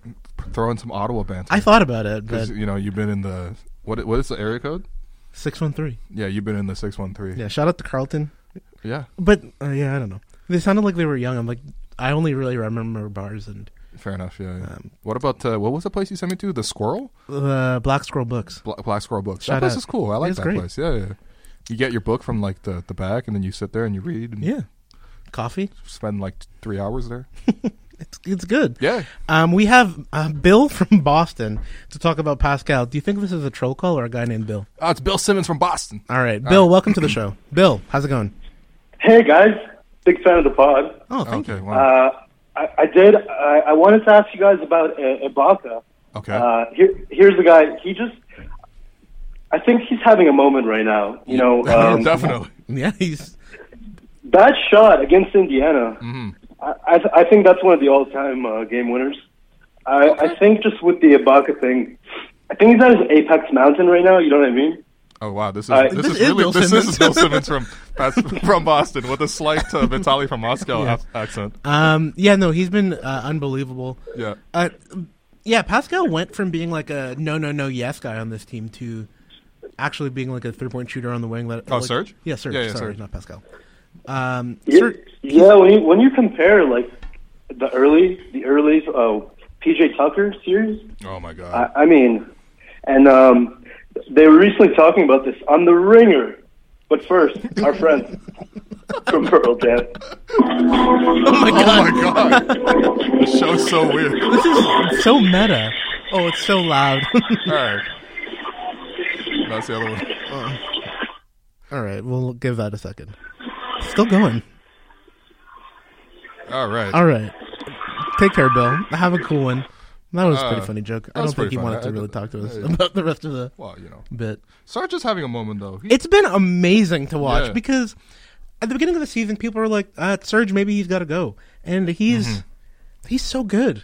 S1: throw in some Ottawa banter.
S2: I thought about it, but
S1: Because you know you've been in the what? What is the area code?
S2: six one three.
S1: Yeah, you've been in the six one three.
S2: Yeah. Shout out to Carlton.
S1: Yeah,
S2: But uh, yeah, I don't know. They sounded like they were young. I'm like, I only really remember bars and
S1: fair enough. Yeah. yeah.
S2: Um,
S1: what about uh, what was the place you sent me to? The Squirrel,
S2: uh, Black Squirrel Books.
S1: Bla- Black Squirrel Books.
S2: Shout
S1: that place
S2: out.
S1: is cool. I like
S2: It's
S1: that
S2: great.
S1: place. Yeah, yeah. You get your book from like the the back, and then you sit there and you read. And
S2: Yeah. Coffee.
S1: Spend like t- three hours there.
S2: It's it's good.
S1: Yeah.
S2: Um, we have uh, Bill from Boston to talk about Pascal. Do you think this is a troll call or a guy named Bill?
S1: Oh, it's Bill Simmons from Boston.
S2: All right, Bill, welcome to the show. Bill, how's it going?
S5: Hey guys, big fan of the pod.
S2: Oh, thank
S1: okay.
S2: you.
S1: Wow.
S5: Uh, I, I did. I, I wanted to ask you guys about uh, Ibaka.
S1: okay.
S5: Uh, here, here's the guy. He just. I think he's having a moment right now. You know, um,
S1: Definitely.
S2: Yeah, he's Mm-hmm.
S5: that shot against Indiana. I, I, th- I think that's one of the all-time uh, game winners. I, I think just with the Ibaka thing, I think he's at his apex mountain right now. You know what I mean?
S1: Oh wow, this is
S5: Uh,
S1: this,
S5: this
S1: is
S2: is
S1: really
S2: Bill
S1: this is
S2: Simmons.
S1: Bill Simmons from Pas- from Boston with a slight uh, Vitali from Moscow
S2: Yeah.
S1: ac- accent.
S2: um yeah no he's been uh, unbelievable.
S1: Yeah.
S2: Uh, yeah, Pascal went from being like a no no no yes guy on this team to actually being like a three point shooter on the wing. That,
S1: Oh,
S2: like-
S1: Serge?
S2: Yeah, Serge.
S1: Yeah, yeah,
S2: sorry,
S1: Serge.
S2: not Pascal. Um,
S5: Yeah,
S2: Serge-
S5: yeah. When you when you compare like the early the early uh, PJ Tucker series,
S1: Oh my god.
S5: I, I mean, and um, they were recently talking about this on the Ringer. But first, our friend from Pearl Jam.
S1: Oh my god. the show's so weird. All
S2: it's so meta. Oh, it's so loud.
S1: right. That's the other one.
S2: Uh. All right, we'll give that a second. Still going.
S1: All right.
S2: All right. Take care, Bill. Have a cool one. That was a pretty
S1: Uh,
S2: funny joke.
S1: that
S2: I don't
S1: was
S2: think
S1: pretty
S2: he wanted
S1: funny.
S2: to
S1: I-
S2: really talk to us
S1: I-
S2: about the rest of the
S1: Well, you know,
S2: bit.
S1: Sarge is having a moment though. He,
S2: It's been amazing to watch
S1: Yeah.
S2: because at the beginning of the season, people were like, uh, "Surge, maybe he's got to go," and he's he's so good.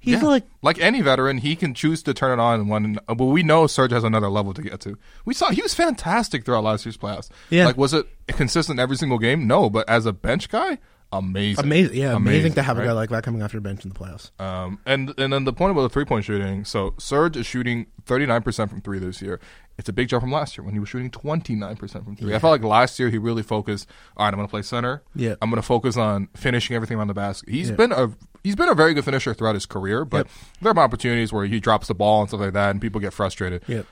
S2: He's
S1: Mm-hmm. Yeah.
S2: like,
S1: like any veteran, he can choose to turn it on. When but we know Serge has another level to get to. We saw he was fantastic throughout last year's playoffs.
S2: Yeah.
S1: like was it consistent every single game? No, but as a bench guy, amazing,
S2: amazing. Yeah, amazing, to have a guy
S1: right?
S2: like that coming off your bench in the playoffs.
S1: Um, and and then the point about the three point shooting. So Serge is shooting thirty nine percent from three this year. It's a big jump from last year when he was shooting twenty nine percent from three. I felt like last year he really focused. All right, I'm going to play center.
S2: Yeah.
S1: I'm going to focus on finishing everything around the basket. He's
S2: Yeah.
S1: been a he's been a very good finisher throughout his career, but
S2: Yep.
S1: there are opportunities where he drops the ball and stuff like that, and people get frustrated.
S2: Yep.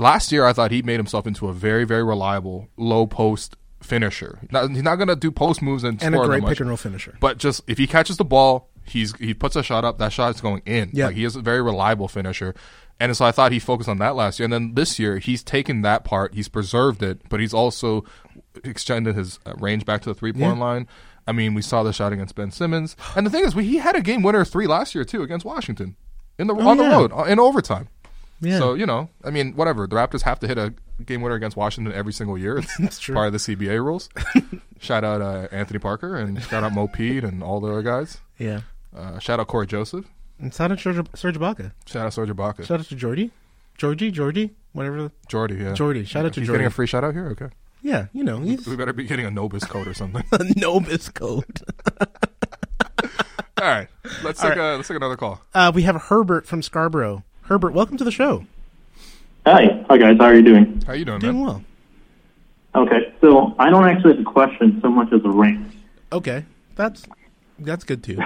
S1: Last year, I thought he made himself into a very very reliable low post finisher. Not, he's not going to do post moves and,
S2: And a
S1: score that
S2: great
S1: much.
S2: pick and roll finisher.
S1: But just if he catches the ball, he's he puts a shot up. That shot's going in.
S2: Yeah.
S1: Like he is a very reliable finisher. And so I thought he focused on that last year. And then this year, he's taken that part, he's preserved it, but he's also extended his uh, range back to the three point line. I mean, we saw the shot against Ben Simmons. And the thing is, we, he had a game winner three last year, too, against Washington in the, on
S2: Oh, yeah.
S1: the road uh, in overtime.
S2: Yeah.
S1: So, you know, I mean, whatever. The Raptors have to hit a game winner against Washington every single year. It's,
S2: true.
S1: part of the CBA rules. shout out uh, Anthony Parker and shout out Mo Pete and all the other guys.
S2: Yeah,
S1: Uh, shout out Corey Joseph.
S2: and shout out Serge, Serge Ibaka.
S1: Shout out Serge Ibaka.
S2: Shout out to Jordy, Georgie, Georgie, whatever.
S1: Jordy, yeah.
S2: Jordy, shout out to
S1: He's
S2: Jordy.
S1: getting a free shout out here? Okay.
S2: Yeah, you know he's
S1: We better be getting a Nobis code or something.
S2: a Nobis code.
S1: all right. Let's take, A, let's take another call.
S2: Uh, we have Herbert from Scarborough. Herbert, welcome to the show.
S8: Hi. Hi, guys. How are you doing?
S1: How you doing, man?
S2: Doing well.
S8: Okay. So I don't actually have a question so much as a rant.
S2: Okay, that's that's good too.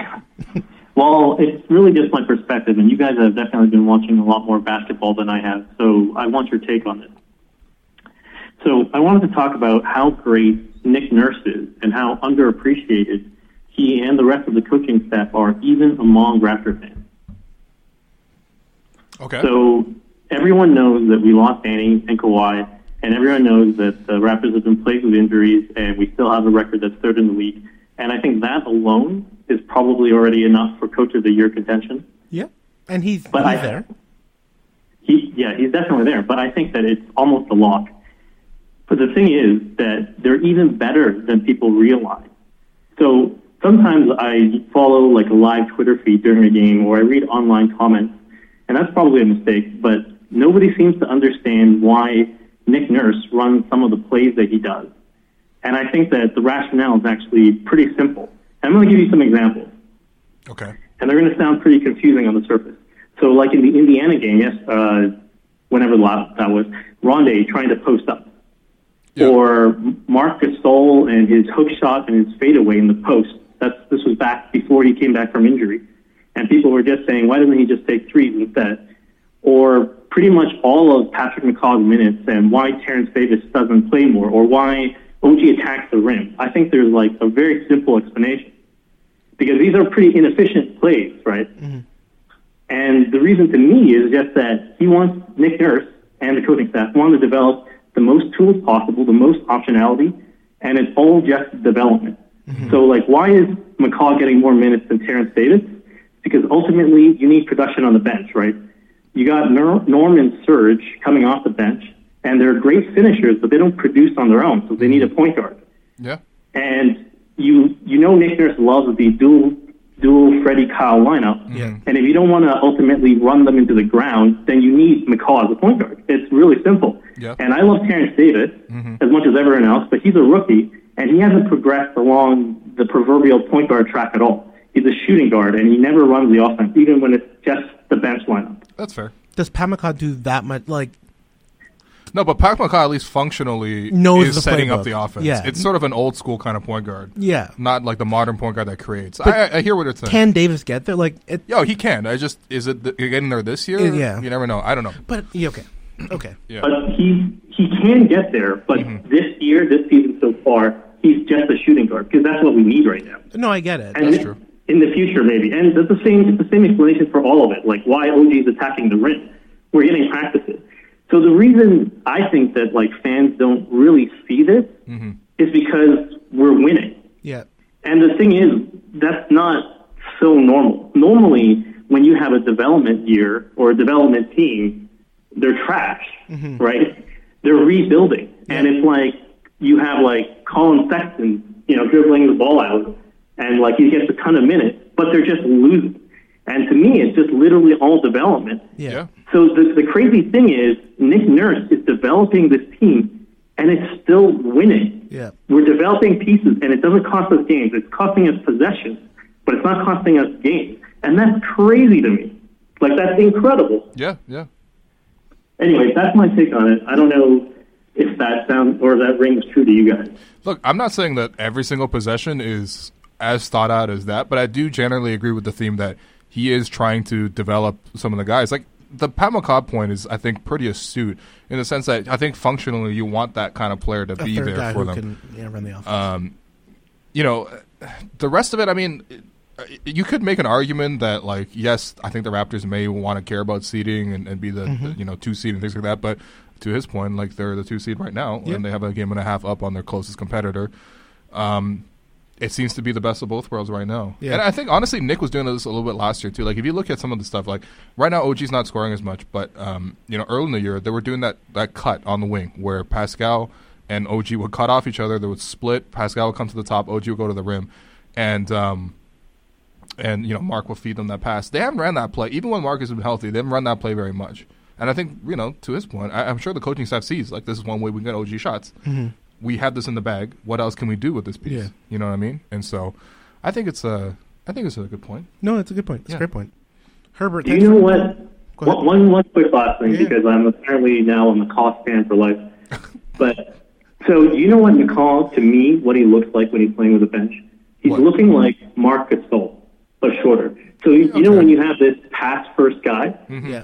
S8: Well, it's really just my perspective, and you guys have definitely been watching a lot more basketball than I have, so I want your take on this. So I wanted to talk about how great Nick Nurse is and how underappreciated he and the rest of the coaching staff are, even among Raptor fans.
S1: Okay.
S8: So everyone knows that we lost Danny and Kawhi, and everyone knows that the Raptors have been plagued with injuries, and we still have a record that's third in the league. And I think that alone is probably already enough for Coach of the Year contention.
S2: yeah, and he's, he's
S8: But I-
S2: there.
S8: He, yeah, he's definitely there, but I think that it's almost a lock. But the thing is that they're even better than people realize. So sometimes I follow like a live Twitter feed during a game or I read online comments, and that's probably a mistake, but nobody seems to understand why Nick Nurse runs some of the plays that he does. And I think that the rationale is actually pretty simple. I'm going to give you some examples
S1: okay.
S8: and they're going to sound pretty confusing on the surface. So, like in the Indiana game, yes, uh, whenever the last that was, Rondé trying to post up,
S1: Yeah.
S8: or Mark Gasol and his hook shot and his fadeaway in the post. That's this was back before he came back from injury, and people were just saying, why doesn't he just take threes instead? Or pretty much all of Patrick McCall's minutes and why Terrence Davis doesn't play more, or why OG attacks the rim. I think there's like a very simple explanation because these are pretty inefficient plays, right? And the reason to me is just that he wants Nick Nurse and the coaching staff want to develop the most tools possible, the most optionality, and it's all just development. So, like, why is McCall getting more minutes than Terrence Davis? Because ultimately, you need production on the bench, right? You got Nor- Norm and Serge coming off the bench, and they're great finishers, but they don't produce on their own, so they need a point guard.
S2: Uh,
S1: Yeah.
S8: And you you know Nick Nurse loves the dual dual Freddie Kyle lineup.
S2: Yeah.
S1: Mm-hmm.
S8: And if you don't want to ultimately run them into the ground, then you need McCall as a point guard. It's really simple.
S1: Yeah.
S8: And I love Terrence Davis as much as everyone else, but he's a rookie and he hasn't progressed along the proverbial point guard track at all. He's a shooting guard and he never runs the offense, even when it's just the bench lineup.
S1: That's fair.
S2: Does Pamaka do that much? Like,
S1: No, but Pac McCall at least functionally
S2: Knows the
S1: is setting
S2: playbook.
S1: up the offense.
S2: Yeah.
S1: It's sort of an old school kind of point guard.
S2: Yeah.
S1: Not like the modern point guard that creates. I, I hear what it's saying.
S2: can Davis get there? Like, it,
S1: Yo, he can. I just is it th- getting there this year?
S2: Uh, yeah.
S1: you never know. I don't know.
S2: but yeah, okay, okay,
S1: Yeah,
S8: But he he can get there, but this year, this season so far, he's just a shooting guard because that's what we need right now.
S2: no, I get it.
S8: And
S1: That's
S8: in-
S1: true.
S8: In the future, maybe. And that's the same, it's the same explanation for all of it, like why OG is attacking the rim. We're getting practices. So the reason I think that like fans don't
S1: Mm-hmm.
S8: really see this is because we're winning.
S2: Yeah,
S8: And the thing is, development year or a development team, they're trash, right? They're rebuilding, and it's like you have like Colin Sexton, you know, dribbling the ball out, and like he gets a ton of minutes, but they're just losing. And to me, it's just literally all development.
S1: Yeah.
S8: So the, the crazy thing is, Nick Nurse is developing this team, and it's still winning.
S2: Yeah.
S8: We're developing pieces, and it doesn't cost us games. It's costing us possessions, but it's not costing us games. And that's crazy to me. Like, that's incredible.
S1: Yeah. Yeah.
S8: Anyway, that's my take on it. I don't know if that sounds or that rings true to you guys.
S1: Look, I'm not saying that every single possession is as thought out as that, but I do generally agree with the theme that he is trying to develop some of the guys. Like the Pat McCobb point is, I think, pretty astute in the sense that I think functionally you want that kind of player to
S2: A
S1: be
S2: third
S1: there
S2: guy
S1: for
S2: who
S1: them Um,
S2: can yeah, run the offense.
S1: you know, the rest of it, I mean, you could make an argument that, like, yes, I think the Raptors may want to care about seeding and, and be the,
S2: Mm-hmm.
S1: you know, two seed and things like that. But to his point, like, they're the two seed right now, and they have a game and a half up on their closest competitor. Um, it seems to be the best of both worlds right now.
S2: Yeah.
S1: And I think, honestly, Nick was doing this a little bit last year, too. Like, if you look at some of the stuff, like, right now, OG's not scoring as much, but, um, you know, early in the year, they were doing that, that cut on the wing where Pascal and OG would cut off each other. They would split. Pascal would come to the top. OG would go to the rim. And, um, and you know Mark will feed them that pass. They haven't ran that play, even when Mark has been healthy. They haven't run that play very much. And I think you know to his point, I, I'm sure the coaching staff sees like this is one way we can get OG shots. We have this in the bag. What else can we do with this piece?
S2: Yeah.
S1: You know what I mean? And so, I think it's a, I think it's a good point.
S2: no, that's a good point. That's
S1: Yeah.
S2: a great point. Herbert,
S8: Do you
S2: thanks
S8: know
S2: for-
S8: what?
S2: Go ahead.
S8: One, one, one quick last thing,
S2: Yeah.
S8: because I'm apparently now on the cost fan for life. but so, do you know what McCall, to me, what he looks like when he's playing with a bench? He's
S1: What?
S8: looking like Mark Gasol, but shorter. So, you you know, when you have this pass first guy,
S1: Mm-hmm.
S2: Yeah.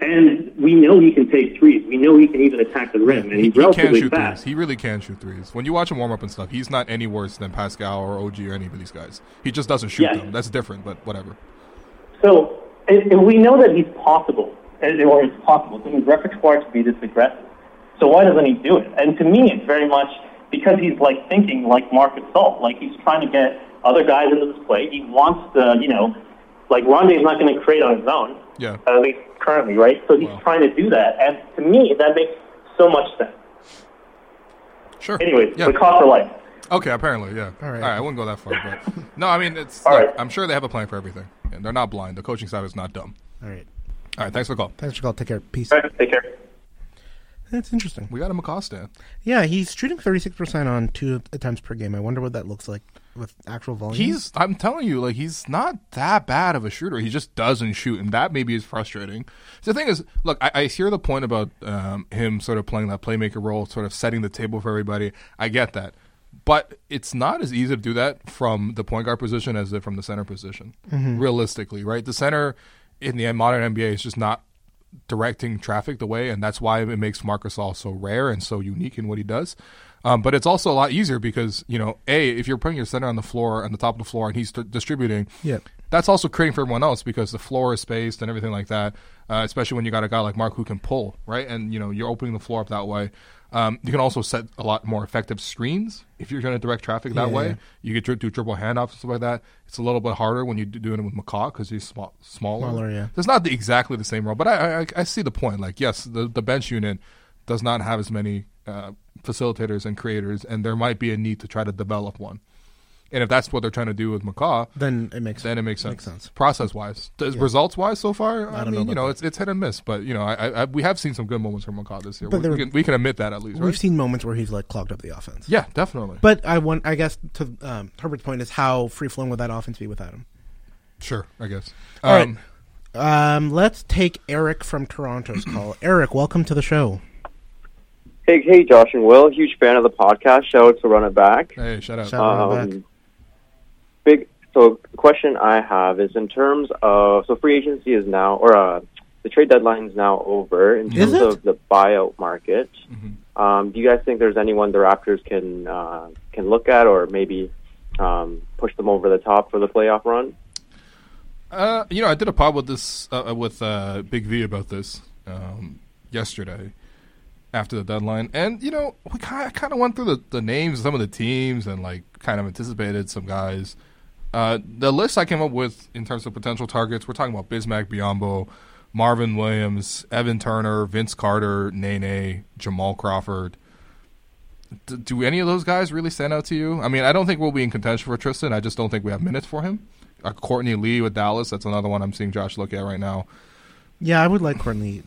S8: and we know he can take threes, we know he can even attack the rim, and
S1: he,
S8: he's
S1: he can
S8: relatively
S1: shoot
S8: fast.
S1: threes. He really can shoot threes. When you watch him warm up and stuff, he's not any worse than Pascal or OG or any of these guys. He just doesn't shoot
S8: Yeah.
S1: them. That's different, but whatever.
S8: So and, and we know that he's possible, and- or it's possible. It's in his repertoire to be this aggressive. So why doesn't he do it? And to me, it's very much because he's like thinking like Marcus Salt, like he's trying to get other guys into this play. He wants to, you know, like Rondé's not going to create on his own,
S1: Yeah.
S8: at least currently, right? So he's
S1: Wow.
S8: trying to do that, and to me, that makes so much sense.
S1: Sure.
S8: Anyways,
S1: yeah.
S8: the cost of life.
S1: Okay, apparently, yeah. All
S2: All
S1: right.
S2: right.
S1: I wouldn't go that far, but no, I mean, it's.
S8: All
S1: look,
S8: right.
S1: I'm sure they have a plan for everything, and they're not blind. The coaching staff is not dumb.
S2: All right.
S1: All right, thanks for the call.
S2: Thanks for calling. Take care. Peace.
S8: All right, take care.
S2: That's interesting.
S1: We got a Macosta.
S2: Yeah, he's shooting 36% on two attempts per game. I wonder what that looks like with actual volume.
S1: He's. I'm telling you, like he's not that bad of a shooter. He just doesn't shoot, and that maybe is frustrating. The thing is, look, I, I hear the point about um, him sort of playing that playmaker role, sort of setting the table for everybody. I get that, but it's not as easy to do that from the point guard position as it from the center position. Realistically, right? The center in the modern NBA is just not directing traffic the way, and that's why it makes Marcus all so rare and so unique in what he does. Um, but it's also a lot easier because you know, a if you're putting your center on the floor on the top of the floor and he's th- distributing,
S2: Yep.
S1: that's also creating for everyone else because the floor is spaced and everything like that. Uh, especially when you got a guy like Mark who can pull right, and you know you're opening the floor up that way. Um, you can also set a lot more effective screens if you're going to direct traffic that way. You could dri- do triple handoffs and stuff like that. It's a little bit harder when you're doing it with McCaw because he's small, smaller.
S2: Smaller, yeah.
S1: It's not the, exactly the same role, but I, I I see the point. Like, yes, the the bench unit does not have as many uh, facilitators and creators, and there might be a need to try to develop one. And if that's what they're trying to do with Macaw,
S2: then it makes
S1: then it makes sense.
S2: sense.
S1: Process wise, results wise, so far, I,
S2: don't know
S1: mean, you
S2: about
S1: know, it's it's hit and miss. But you know, I, I, I we have seen some good moments from Macaw this year.
S2: But
S1: We,
S2: there-
S1: we can, we can admit that at least, right?
S2: We've seen moments where he's like clogged up the offense.
S1: yeah, definitely.
S2: But I want, I guess, to um, Herbert's point is how free flowing would that offense be without him?
S1: sure, I guess.
S2: All right. Um, let's take Eric from Toronto's call. Eric, welcome to the show.
S9: Hey, hey, Josh and Will, huge fan of the podcast. Shout out to Run It Back.
S1: Hey, shout out.
S2: Shout out
S9: Um,
S2: back.
S9: Big. So, the question I have is in terms of so free agency is now, or uh, the trade deadline is now over. In
S2: Is
S9: terms
S2: it?
S9: of the buyout market, um, do you guys think there's anyone the Raptors can uh, can look at, or maybe um, push them over the top for the playoff run?
S1: Uh, you know, I did a pod with this uh, uh, with uh, Big V about this um, yesterday after the deadline, and you know, we kind of, kind of went through the, the names, of some of the teams, and like kind of anticipated some guys. Uh, the list I came up with in terms of potential targets, we're talking about Bismack Biombo, Marvin Williams, Evan Turner, Vince Carter, Nene, Jamal Crawford. D- do any of those guys really stand out to you? I mean, I don't think we'll be in contention for Tristan. I just don't think we have minutes for him. Uh, Courtney Lee with Dallas, that's another one I'm seeing Josh look at right now.
S2: Yeah, I would like Courtney,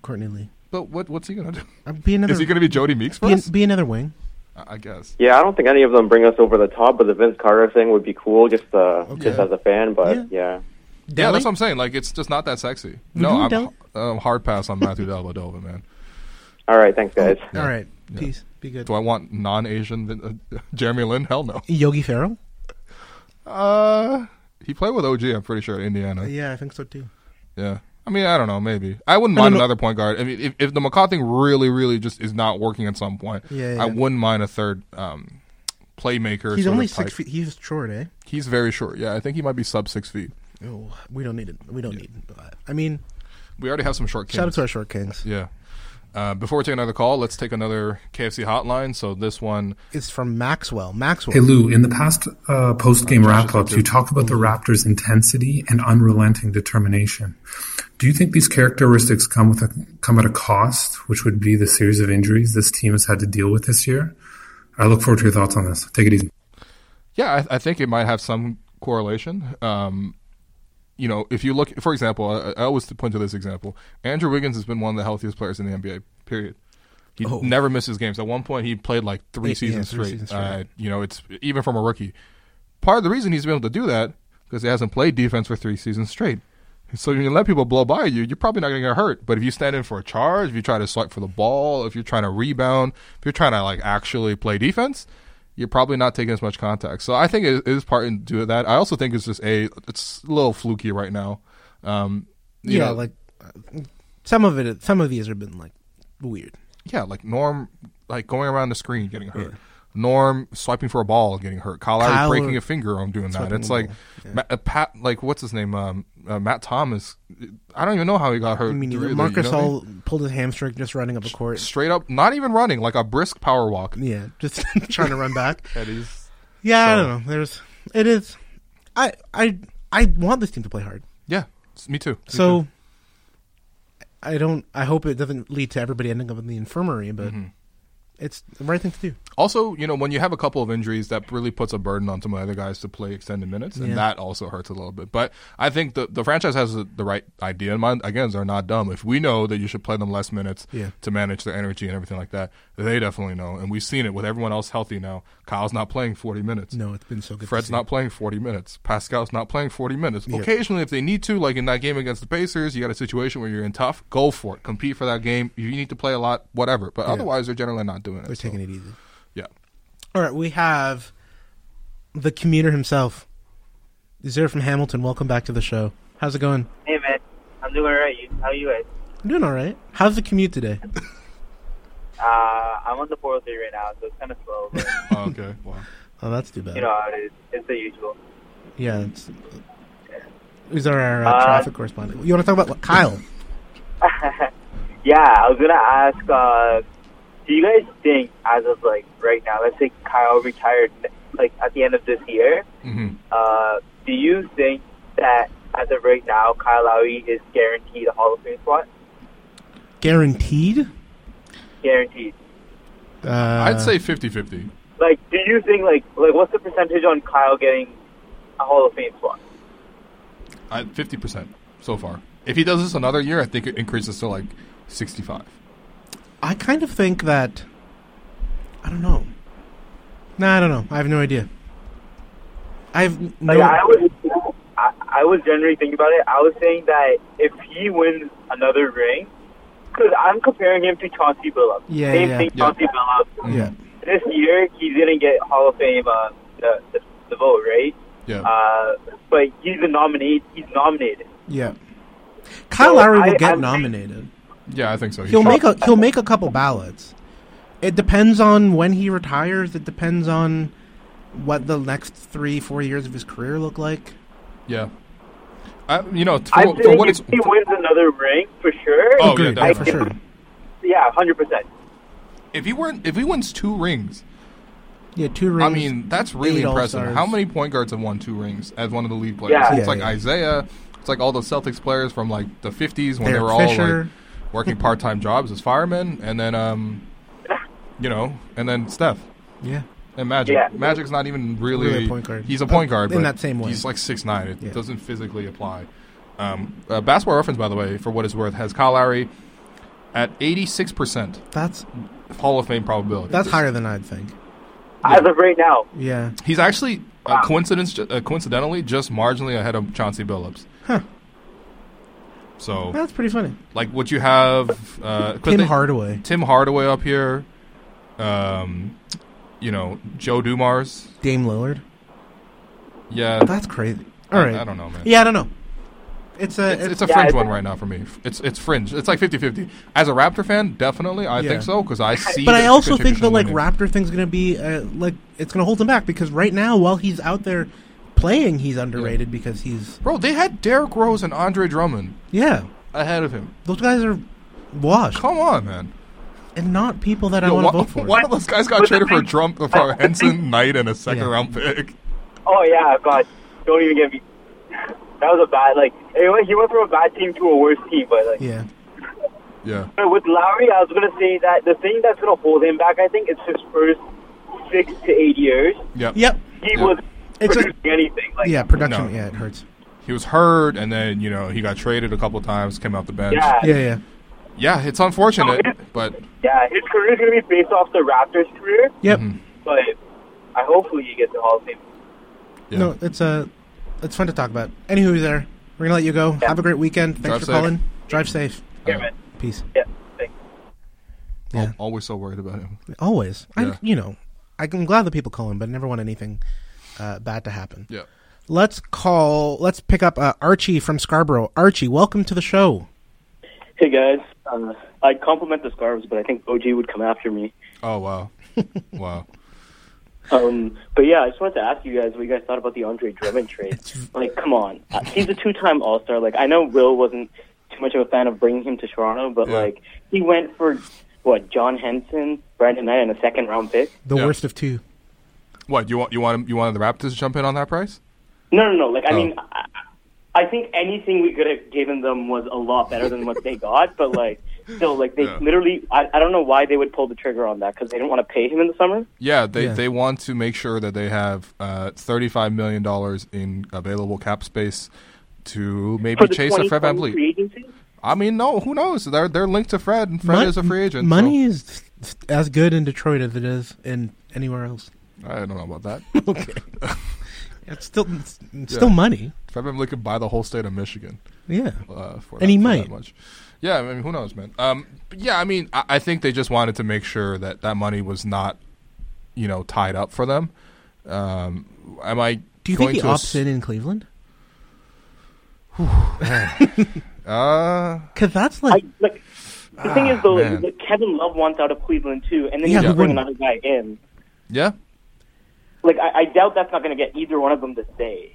S2: Courtney Lee.
S1: But what what's he going to do?
S2: I'd Uh, Be another.
S1: Is he going to be Jody Meeks for
S2: be,
S1: us?
S2: be another wing.
S1: I I guess.
S9: Yeah, I don't think any of them bring us over the top, but the Vince Carter thing would be cool just uh, just as a fan. But yeah,
S1: Yeah, that's what I'm saying. Like, it's just not that sexy. No,
S2: Mm-hmm,
S9: Mhm,
S1: I'm,
S9: Del-
S1: um, hard pass on Matthew Dellavedova, man.
S9: all right, thanks guys.
S2: Oh, All right, peace. Be good.
S1: Do I want non-Asian uh, Jeremy Lin? Hell no.
S2: Yogi Ferrell.
S1: Uh, he played with OG. I'm pretty sure at Indiana.
S2: Yeah, I think so too.
S1: Yeah. I mean, I don't know. Maybe I wouldn't
S2: I
S1: mind
S2: don't know.
S1: another point guard. I mean, if, if the McCaw thing really, really just is not working at some point,
S2: Yeah,
S1: I
S2: yeah.
S1: wouldn't mind a third um, playmaker.
S2: He's
S1: sort
S2: only
S1: of
S2: six
S1: type.
S2: feet. He's short, eh?
S1: He's very short. Yeah, I think he might be sub six feet.
S2: Oh, we don't need it. We don't need. I mean,
S1: We already have some short kings.
S2: shout out to our short kings.
S1: Yeah. Uh, before we take another call, let's take another KFC hotline. So this one,
S2: It's from Maxwell. Maxwell.
S10: Hey Lou, in the past uh, post-game wrap-ups, you talked about the Raptors' intensity and unrelenting determination. Do you think these characteristics come with a come at a cost, which would be the series of injuries this team has had to deal with this year? I look forward to your thoughts on this. Take it easy.
S1: Yeah, I, I think it might have some correlation. Um, you know, if you look, for example, I, I always point to this example. Andrew Wiggins has been one of the healthiest players in the NBA. Period. He
S2: Oh.
S1: never misses games. At one point, he played like three
S2: Yeah,
S1: seasons
S2: three
S1: straight.
S2: seasons straight.
S1: Uh, you know, it's even from a rookie. Part of the reason he's been able to do that because he hasn't played defense for three seasons straight. So when you let people blow by you, you're probably not going to get hurt. But if you stand in for a charge, if you try to swipe for the ball, if you're trying to rebound, if you're trying to like actually play defense, you're probably not taking as much contact. So I think it is part and due to that. I also think it's just a it's a little fluky right now. Um, you
S2: yeah,
S1: know,
S2: like uh, some of it. Some of these have been like weird.
S1: yeah, like Norm, like going around the screen getting hurt. Norm swiping for a ball getting hurt. Kyle, Lowry
S2: Kyle-
S1: breaking a finger on doing that.
S2: swiping
S1: It's
S2: the
S1: like Ma- uh, Pat, like what's his name? Um, uh, Matt Thomas. I don't even know how he got hurt.
S2: I mean, either
S1: really, you know
S2: Marcus
S1: what I mean?
S2: All pulled his hamstring just running up a court.
S1: straight up, not even running, like a brisk power walk.
S2: Yeah, just trying to run back.
S1: That is,
S2: Yeah, I
S1: So-
S2: don't know. There's it is. I I I want this team to play hard.
S1: yeah, s- me too. Me
S2: So
S1: too.
S2: I don't. I hope it doesn't lead to everybody ending up in the infirmary, but
S1: Mm-hmm.
S2: it's the right thing to do.
S1: also, you know, when you have a couple of injuries, that really puts a burden on some of the other guys to play extended minutes, and
S2: Yeah.
S1: that also hurts a little bit. But I think the the franchise has the, the right idea in mind. Again, they're not dumb. If we know that you should play them less minutes
S2: Yeah.
S1: to manage their energy and everything like that, they definitely know, and we've seen it with everyone else healthy now. Kyle's not playing forty minutes.
S2: No, it's been so good. to
S1: Fred's
S2: see.
S1: not playing 40 minutes. Pascal's not playing 40 minutes.
S2: Yeah.
S1: Occasionally, if they need to, like in that game against the Pacers, you got a situation where you're in tough, go for it. Compete for that game. If you need to play a lot, whatever. But
S2: Yeah.
S1: otherwise, they're generally not doing it.
S2: They're
S1: so,
S2: taking it easy.
S1: Yeah.
S2: All right, we have the commuter himself, Zero from Hamilton. Welcome back to the show. How's it going?
S5: Oh.
S4: Hey man, I'm doing alright. You- How are you guys?
S2: I'm doing all right. How's the commute today?
S4: Uh, I'm on the 403 right now, so it's kind of slow. But,
S1: Oh, okay. Wow.
S2: Oh, that's too bad.
S4: you know, how it is. it's the usual.
S2: Yeah, it's. Who's our uh,
S4: Uh,
S2: traffic correspondent? You want to talk about what, Kyle?
S4: yeah, I was gonna ask. Uh, do you guys think, as of like right now, let's say Kyle retired, like at the end of this year,
S1: Mhm.
S4: uh, do you think that as of right now, Kyle Lowry is guaranteed a Hall of Fame spot?
S2: Guaranteed.
S4: Guaranteed.
S2: Uh,
S1: I'd say 50 50.
S4: Like, do you think like like what's the percentage on Kyle getting a Hall of Fame spot?
S1: 50% so far. If he does this another year, I think it increases to like 65.
S2: I kind of think that. I don't know. Nah, I don't know. I have no idea. I have no.
S4: Like I was, I, I was generally thinking about it. I was saying that if he wins another ring, because I'm comparing him to Chauncey Billups.
S2: Yeah,
S4: Same
S2: yeah.
S4: thing,
S2: Yeah.
S4: Chauncey Billups.
S1: Mm.
S2: yeah.
S4: This year, he didn't get Hall of Fame uh, the, the, the vote, right?
S1: Yeah.
S4: Uh, but he's a nominee. He's nominated.
S2: Yeah. Kyle
S4: So
S2: Lowry
S4: I-
S2: will get
S4: I'm-
S2: nominated.
S1: Yeah, I think so. He
S2: He'll
S1: should.
S2: make a he'll make a couple ballots. It depends on when he retires. It depends on what the next three four years of his career look like.
S1: Yeah. I, you know, for,
S4: I'm
S1: for
S4: saying
S1: what
S4: if
S1: it's.
S4: he wins another ring, for sure.
S1: Oh, yeah,
S2: Agreed,
S1: definitely.
S2: for sure.
S4: Yeah, hundred percent.
S1: If he weren't, if he wins two rings,
S2: Yeah, two rings.
S1: I mean, that's really
S2: eight
S1: impressive.
S2: All-Stars.
S1: How many point guards have won two rings as one of the lead players?
S2: Yeah.
S1: It's
S2: Yeah,
S1: like
S2: yeah.
S1: Isaiah. It's like all the Celtics players from like the fifties when
S2: Derek
S1: they were all
S2: Fisher.
S1: like working part time jobs as firemen, and then um, you know, and then Steph.
S2: Yeah.
S1: And Magic.
S2: Yeah.
S1: Magic's not even really,
S2: Really a point guard.
S1: He's a point
S2: Uh,
S1: guard
S2: in
S1: but
S2: that same way.
S1: He's like six nine. It
S2: Yeah.
S1: doesn't physically apply. Um, uh, basketball reference, by the way, for what it's worth, has Kyle Lowry at eighty six percent.
S2: That's
S1: Hall of Fame probability.
S2: That's higher than I'd think.
S3: As of right now,
S2: Yeah.
S1: He's actually uh, coincidence, uh, coincidentally, just marginally ahead of Chauncey Billups.
S2: Huh.
S1: So
S2: That's pretty funny.
S1: Like what you have, uh, 'cause
S2: Tim Hardaway.
S1: Tim Hardaway up here. Um, you know Joe Dumars.
S2: Dame Lillard.
S1: Yeah,
S2: That's crazy.
S1: I-
S2: All right.
S1: I, don't know, man.
S2: Yeah, I don't know. It's a
S1: It's, it's a fringe one right now for me. It's it's fringe. It's like 50-50. As a Raptor fan, definitely I
S2: Yeah.
S1: think so because I see.
S2: But I
S1: the
S2: also think the
S1: contribution
S2: like
S1: winning.
S2: Raptor thing's gonna be uh, like it's gonna hold him back because right now while he's out there playing, he's underrated because he's
S1: bro. They had Derrick Rose and Andre Drummond
S2: yeah.
S1: ahead of him.
S2: Those guys are washed.
S1: Come on, man.
S2: And not people that I
S1: Yo,
S2: want to
S1: one,
S2: vote for.
S1: one of those guys got traded for Trump for Henson Knight and a second round pick.
S4: Oh yeah, God, don't even get me. That was a bad like. It went, he went from a bad team to a worse team, but like.
S2: Yeah.
S1: Yeah.
S4: But with Lowry, I was gonna say that the thing that's gonna hold him back, I think, is his first six to eight years.
S1: Yep.
S2: Yep.
S4: He was producing anything. Like,
S2: yeah, production.
S1: No.
S2: Yeah, it hurts.
S1: He was hurt, and then you know he got traded a couple times, came out the bench.
S4: Yeah.
S2: Yeah, yeah.
S1: Yeah, it's unfortunate, but
S4: yeah, his career is gonna be based off the Raptors' career.
S2: Yep.
S4: But I hopefully he gets the Hall of Fame.
S2: No, it's uh, it's fun to talk about. Anywho, there. We're gonna let you go. Have a great weekend. Thanks
S1: Drive
S2: for
S1: safe.
S2: calling. Drive safe. Peace.
S4: Yeah.
S2: Yeah.
S1: al- always so worried about him.
S2: Always.
S1: Yeah.
S2: I, you know, I'm glad that people call in, but I never want anything uh, bad to happen.
S1: Yeah.
S2: Let's call. Let's pick up uh, Archie from Scarborough. Archie, welcome to the show.
S11: Hey guys, uh, I compliment the scarves, but I think OG would come after me.
S1: Oh wow, wow.
S11: Um, but yeah, I just wanted to ask you guys what you guys thought about the Andre Drummond trade. Like, come on, Uh, he's a two-time All-Star. Like, I know Will wasn't too much of a fan of bringing him to Toronto, but like, he went for what John Henson, Brandon Knight, and a second-round pick.
S2: The worst of two.
S1: What you want? You want? You wanted the Raptors to jump in on that price?
S11: No, no, no. Like, I
S1: Oh.
S11: mean, I, I think anything we could have given them was a lot better than what they got. But like, still, like they
S1: Yeah.
S11: literally, I, I don't know why they would pull the trigger on that because they didn't want to pay him in the summer.
S1: Yeah, they they want to make sure that they have uh, thirty-five million dollars in available cap space to maybe
S11: For the
S1: chase a Fred
S11: 2020 free
S1: VanVleet.
S11: agency?
S1: I mean, no, who knows? They're they're linked to Fred, and Fred
S2: Mon-
S1: is a free agent.
S2: Money is as good in Detroit as it is in anywhere else.
S1: so I don't know about that.
S2: okay, it's still it's
S1: Yeah.
S2: still money.
S1: Fred VanVleet could buy the whole state of Michigan.
S2: Yeah.
S1: uh, for that,
S2: And he
S1: for that
S2: might.
S1: much. Yeah, I mean, who knows, man? Um, but yeah, I mean, I, I think they just wanted to make sure that that money was not, you know, tied up for them. Um, am I?
S2: Do you
S1: going
S2: think he
S1: to
S2: opts
S1: ass-
S2: in in Cleveland?
S1: Uh,
S2: Because that's like,
S11: The thing is, though,
S1: Ah, man.
S11: like, Kevin Love wants out of Cleveland too, and then you
S2: Yeah, who
S11: just bring
S2: wouldn't?
S11: another guy in.
S1: yeah,
S11: Like, I, I doubt that's not going to get either one of them to stay.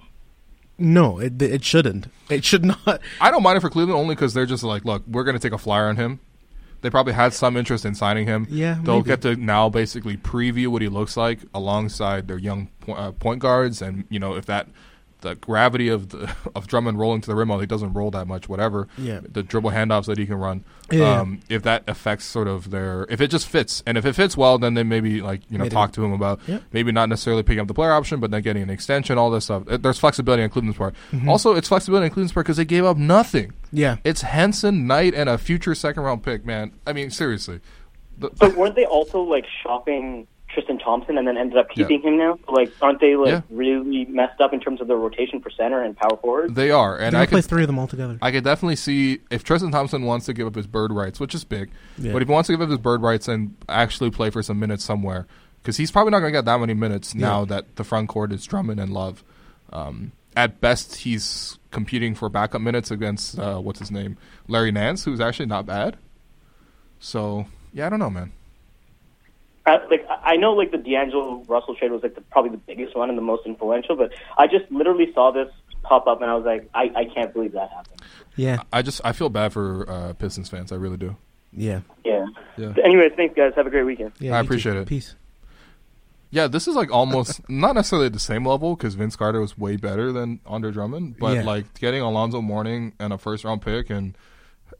S2: no, it it shouldn't. It should not.
S1: I don't mind it for Cleveland only because they're just like, look, we're going to take a flyer on him. They probably had some interest in signing him.
S2: Yeah,
S1: they'll
S2: maybe.
S1: get to now basically preview what he looks like alongside their young po- uh, point guards, and you know if that the gravity of the of Drummond rolling to the rim, although he doesn't roll that much, whatever.
S2: Yeah.
S1: the dribble handoffs that he can run.
S2: Yeah.
S1: Um, if that affects sort of their, if it just fits, and if it fits well, then they maybe like you know
S2: Maybe.
S1: talk to him about
S2: Yep.
S1: maybe not necessarily picking up the player option, but then getting an extension, all this stuff. Uh, There's flexibility on Cleveland's part.
S2: Mhm.
S1: Also, it's flexibility on Cleveland's part because they gave up nothing.
S2: Yeah.
S1: It's Henson, Knight, and a future second round pick, man. I mean, seriously. The-
S11: But weren't they also like shopping Tristan Thompson and then ended up
S1: Yeah.
S11: keeping him now? Like, aren't they like
S1: Yeah.
S11: really messed up in terms of their rotation for center and power forward?
S1: They are, and I
S2: They're gonna play
S1: could,
S2: three of them all together.
S1: I could definitely see if Tristan Thompson wants to give up his bird rights, which is big,
S2: Yeah.
S1: but if he wants to give up his bird rights and actually play for some minutes somewhere, because he's probably not going to get that many minutes now that the front court is Drummond and Love. Um, at best, he's competing for backup minutes against uh, what's his name, Larry Nance, who's actually not bad. So yeah, I don't know, man.
S11: I, Uh, like I I know, like the D'Angelo Russell trade was like the, probably the biggest one and the most influential. But I just literally saw this pop up and I was like, I, I can't believe that happened.
S2: Yeah,
S1: I just I feel bad for uh, Pistons fans. I really do.
S2: Yeah.
S11: Yeah.
S1: Yeah.
S11: Anyways, thanks guys. Have a great weekend.
S1: I appreciate it.
S2: Peace.
S1: Yeah, this is like almost not necessarily at the same level because Vince Carter was way better than Andre Drummond, but
S12: Yeah.
S1: like getting Alonzo Mourning and a first round pick and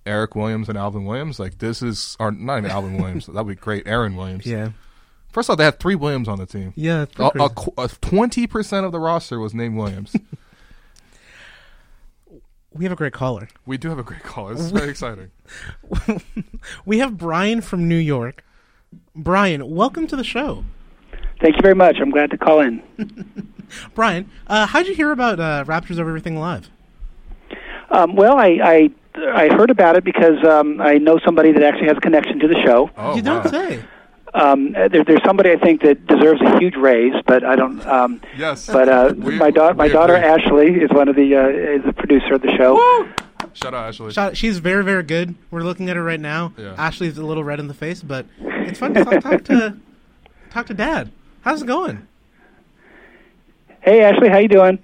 S1: Eric Williams and Alvin Williams, like this is or not even Alvin Williams, that'd be great. Aaron Williams,
S2: Yeah.
S1: First off, they had three Williams on the team.
S2: Yeah, that's pretty crazy.
S1: twenty percent of the roster was named Williams.
S2: We have a great caller.
S1: we do have a great call. This is very exciting.
S2: We have Brian from New York. Brian, welcome to the show.
S13: Thank you very much. I'm glad to call in.
S2: Brian, uh, how'd you hear about uh, Raptors Over Everything Live?
S13: Um, well, I, I I heard about it because um, I know somebody that actually has a connection to the show.
S1: Oh.
S2: you don't say.
S13: Um, uh, there, there's somebody I think that deserves a huge raise, but I don't. Um,
S1: Yes.
S13: But uh, my daughter, my
S1: we
S13: daughter
S1: agree.
S13: Ashley is one of the uh, is the producer of the show.
S1: Shout out Ashley.
S2: Shout- She's very, very good. We're looking at her right now.
S1: Yeah.
S2: Ashley's a little red in the face, but it's fun to talk, talk to talk to Dad. How's it going?
S13: Hey Ashley, how you doing?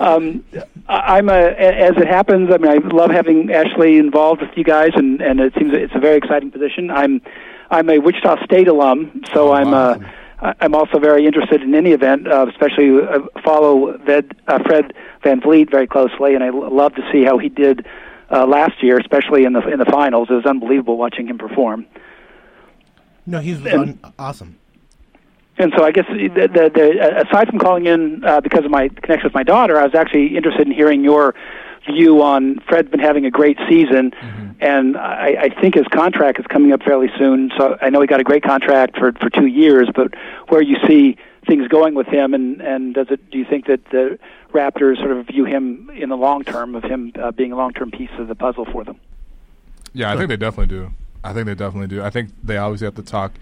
S13: um, I- I'm a, a- as it happens. I mean, I love having Ashley involved with you guys, and and it seems it's a very exciting position. I'm I'm a Wichita State alum, so I'm uh, I- I'm also very interested in any event, uh, especially uh, follow Ved, uh, Fred Van Vliet very closely, and I l- love to see how he did uh, last year, especially in the in the finals. It was unbelievable watching him perform.
S2: No, he's un- awesome.
S13: And so I guess the, the, the, aside from calling in uh, because of my connection with my daughter, I was actually interested in hearing your view on Fred's been having a great season, and I, I think his contract is coming up fairly soon. So I know he got a great contract for for two years, but where you see things going with him, and and does it? Do you think that the Raptors sort of view him in the long term of him uh, being a long term piece of the puzzle for them?
S1: Yeah, I think they definitely do. I think they definitely do. I think they obviously have to talk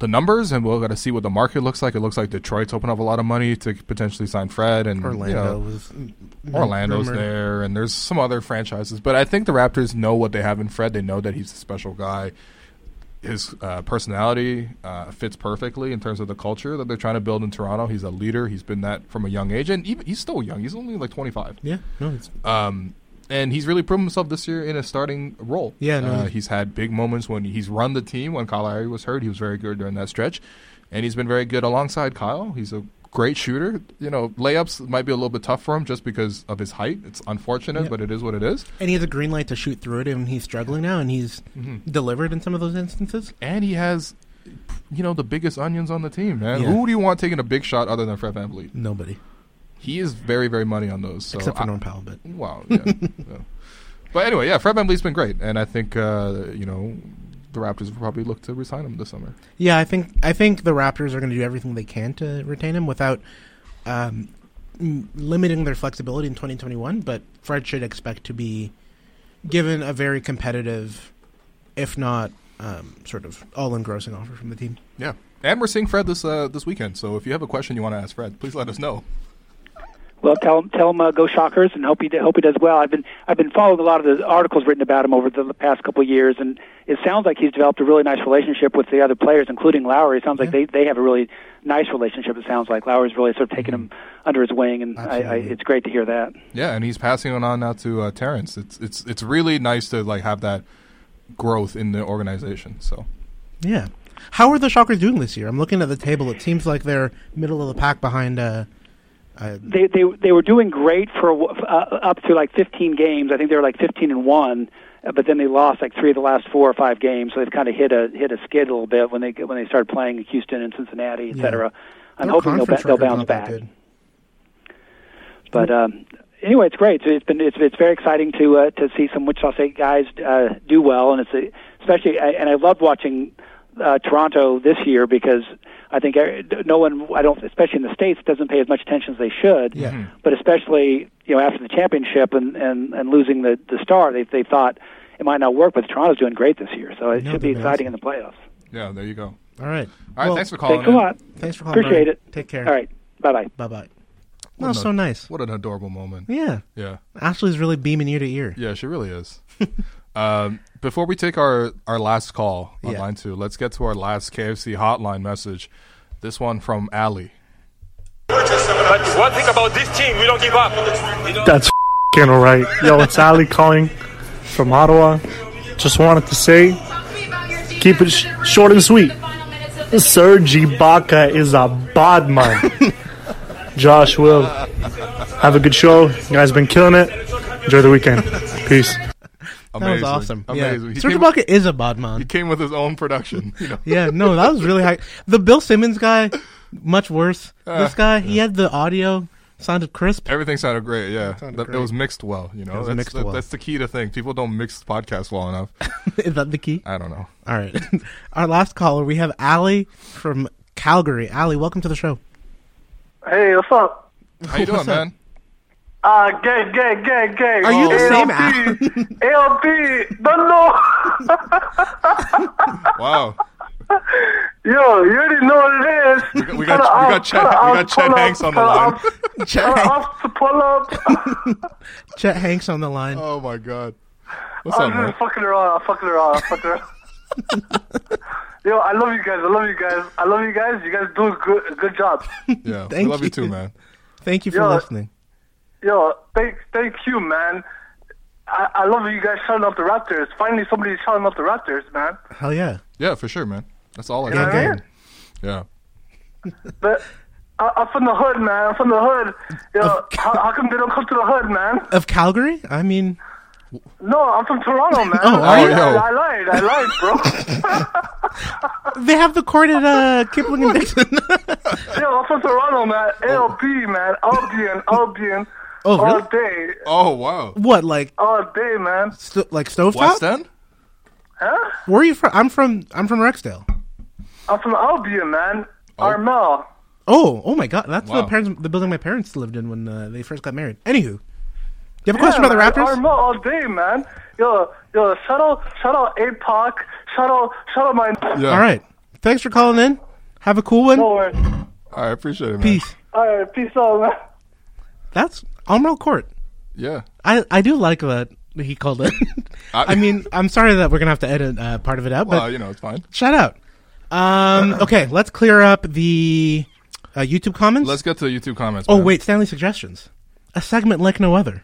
S1: the numbers, and we'll got to see what the market looks like. It looks like Detroit's open up a lot of money to potentially sign Fred, and you know,
S2: Orlando was m- m-
S1: Orlando's
S2: rumored.
S1: there, and there's some other franchises. But I think the Raptors know what they have in Fred. They know that he's a special guy. His uh, personality uh, fits perfectly in terms of the culture that they're trying to build in Toronto. He's a leader. He's been that from a young age, and even, he's still young. He's only like 25.
S2: Yeah, no, it's
S1: Um, and he's really proven himself this year in a starting role.
S2: Yeah, no,
S1: uh,
S2: he's-
S1: he's had big moments when he's run the team. When Kyle Lowry was hurt, he was very good during that stretch, and he's been very good alongside Kyle. He's a great shooter. You know, layups might be a little bit tough for him just because of his height. It's unfortunate,
S2: Yeah.
S1: but it is what it is.
S2: and he has a green light to shoot through it, and he's struggling now, and he's delivered in some of those instances.
S1: Mm-hmm. And he has, you know, the biggest onions on the team, man.
S2: Yeah.
S1: Who do you want taking a big shot other than Fred VanVleet?
S2: Nobody.
S1: He is very, very money on those. So
S2: Except for
S1: I-
S2: Norm Powell, but-
S1: wow, yeah, yeah. But anyway, yeah, Fred VanVleet's been great, and I think uh, you know the Raptors will probably look to resign him this summer.
S2: Yeah, I think I think the Raptors are going to do everything they can to retain him without um, m- limiting their flexibility in 2021. But Fred should expect to be given a very competitive, if not um, sort of all-engrossing offer from the team.
S1: Yeah, and we're seeing Fred this uh, this weekend. So if you have a question you want to ask Fred, please let us know.
S13: Well, tell him, tell him, uh, go Shockers, and hope he d- hope he does well. I've been I've been following a lot of the articles written about him over the past couple of years, and it sounds like he's developed a really nice relationship with the other players, including Lowry. It sounds like they they have a really nice relationship. It sounds like Lowry's really sort of taken him under his wing, and I, I,
S1: Absolutely.
S13: it's great to hear that.
S1: Yeah, and he's passing it on now to uh, Terrence. It's it's it's really nice to like have that growth in the organization. So
S2: Yeah. How are the Shockers doing this year? I'm looking at the table. It seems like they're middle of the pack behind. Uh, uh,
S13: They they they were doing great for a wh- uh, up to like 15 games. I think they were like 15 and one. uh, But then they lost like three of the last four or five games, so they've kind of hit a hit a skid a little bit when they when they started playing Houston and Cincinnati, et
S2: Yeah.
S13: cetera. I'm
S2: their
S13: hoping they'll, ba-
S2: conference
S13: they'll
S2: record's
S13: bounce
S2: not that
S13: back.
S2: good.
S13: But um, anyway, it's great. It's been it's, it's very exciting to uh, to see some Wichita State guys uh, do well, and it's a, especially I, and I loved watching uh, Toronto this year because I think uh, no one I don't especially in the states doesn't pay as much attention as they should.
S2: Yeah.
S1: Mm-hmm.
S13: But especially you know after the championship and and, and losing the the star, they they thought it might not work. But Toronto's doing great this year, so it
S2: No,
S13: should be
S2: they're
S13: exciting in the playoffs.
S1: yeah, there you go.
S2: All right.
S1: All right,
S2: Well,
S1: thanks for calling.
S13: Thanks a
S1: in.
S13: lot.
S2: Thanks for calling.
S13: Appreciate
S2: Brian.
S13: it.
S2: Take care.
S13: All right. Bye bye.
S2: Bye bye.
S1: What
S2: That was
S1: an-
S2: oh, so nice.
S1: What an adorable moment.
S2: Yeah.
S1: Yeah.
S2: Ashley's really beaming ear to ear.
S1: Yeah, she really is. um, before we take our, our last call on
S2: Yeah.
S1: line two, let's get to our last KFC hotline message. This one from Allie.
S14: But one thing about this team, we don't give up. You know-
S12: That's f***ing alright. Yo, it's Ali calling from Ottawa. Just wanted to say, keep it sh- short and sweet. Serge Ibaka is a bad man. Josh will have a good show. You guys been killing it. Enjoy the weekend. Peace.
S2: That was
S1: Amazing.
S2: awesome.
S1: Amazing. He
S2: Yeah. Serge
S1: came-
S2: Ibaka is a bad man.
S1: He came with his own production. You know.
S2: yeah, no, that was really high. The Bill Simmons guy, much worse.
S1: Uh,
S2: this guy, he had the audio sounded crisp.
S1: Everything sounded great. Yeah,
S2: sounded
S1: That-
S2: great.
S1: it was mixed well. You know,
S2: It was
S1: that's,
S2: mixed
S1: that-
S2: well.
S1: that's the key to thing. People don't mix podcasts well enough.
S2: Is that the key?
S1: I don't know.
S2: All right, our last caller, we have Allie from Calgary. Allie, welcome to the show.
S5: Hey, what's up?
S1: How you doing,
S2: What's up?
S1: man?
S5: Ah, gay, gay, gay, gay.
S2: Are you the same
S5: same ALP, don't know.
S1: Wow.
S5: Yo, you already know what it is. We got,
S1: we got- we got Chet- we got Chet Hanks on the line.
S2: Chet
S5: Chet
S2: Hanks.
S5: to pull up.
S2: Chet Hanks on the line.
S1: Oh my god.
S5: I was just fucking around. I'm fucking around. I'm fucking around. Yo, I love you guys. I love you guys. I love you guys. You guys do a good, a good job.
S1: Yeah, we
S2: Thank
S1: love you.
S2: you.
S1: too, man.
S2: Thank you for
S5: Yo.
S2: listening.
S5: Yo, thank, thank you, man. I, I love you guys shouting up the Raptors. Finally, somebody's shouting up the Raptors, man.
S2: Hell yeah.
S1: Yeah, for sure, man. That's all I
S5: Yeah,
S1: got.
S5: man.
S1: Yeah.
S5: But I, I'm from the hood, man. I'm from the hood. Yo, how, how come they don't come to the hood, man?
S2: Of Calgary? I mean,
S5: No, I'm from Toronto, man.
S2: Oh,
S5: I,
S2: are you?
S5: I, I lied. I lied, bro.
S2: they have the court at uh, Kipling and Dixon.
S5: Yo, I'm from Toronto, man. ALB, man. Albion, Albion.
S2: Oh,
S5: all
S2: really?
S5: day.
S1: Oh, wow.
S2: what, like,
S5: All day, man.
S2: sto- like Stovetop?
S5: West
S1: End?
S5: Huh?
S2: Where are you from? I'm from I'm from Rexdale.
S5: I'm from Albion, man. Armel.
S2: Oh, oh my God! That's
S5: Wow.
S2: the parents, the building my parents lived in when uh, they first got married. Anywho, you have a
S5: Yeah,
S2: question about
S5: man,
S2: the Raptors?
S5: Armel all day, man. Yo, yo, shout out, shout out APOC. Shout out, shout out my.
S2: All right. Thanks for calling in. Have a cool one.
S5: No worries.
S1: I appreciate it, man.
S2: Peace.
S5: All right, peace out, man.
S2: That's Armel Court.
S1: Yeah.
S2: I I do like that he called it. I, mean, I'm sorry that we're gonna have to edit uh, part of it out,
S1: Well,
S2: but
S1: you know, it's fine.
S2: Shout out. Um, okay, let's clear up the uh, YouTube comments.
S1: Let's get to the YouTube comments.
S2: oh
S1: man.
S2: wait, Stanley suggestions. A segment like no other.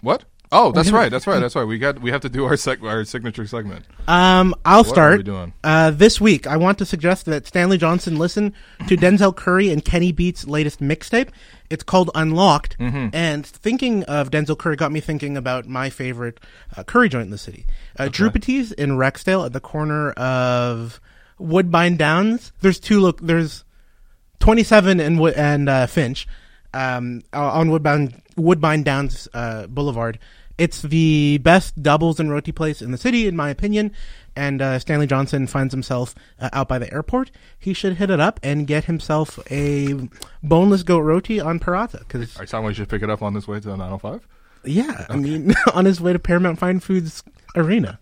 S1: What? Oh, that's
S2: Yeah.
S1: right. That's right. That's right. We got. We have to do our seg- our signature segment.
S2: Um, I'll
S1: What are
S2: start.
S1: we doing?
S2: Uh, this week, I want to suggest that Stanley Johnson listen to Denzel Curry and Kenny Beats' latest mixtape. It's called Unlocked.
S1: Mhm.
S2: And thinking of Denzel Curry got me thinking about my favorite uh, curry joint in the city, uh, Drew Petit's in Rexdale at the corner of Woodbine Downs. There's two. Look, there's 27 and Wo- and uh, Finch um, on Woodbine Woodbine Downs uh, Boulevard. It's the best doubles and roti place in the city, in my opinion. And uh, Stanley Johnson finds himself uh, out by the airport. He should hit it up and get himself a boneless goat roti on Parata because
S1: Are you talking about you should pick it up on this way to oh the 905?
S2: yeah, I mean, on his way to Paramount Fine Foods Arena.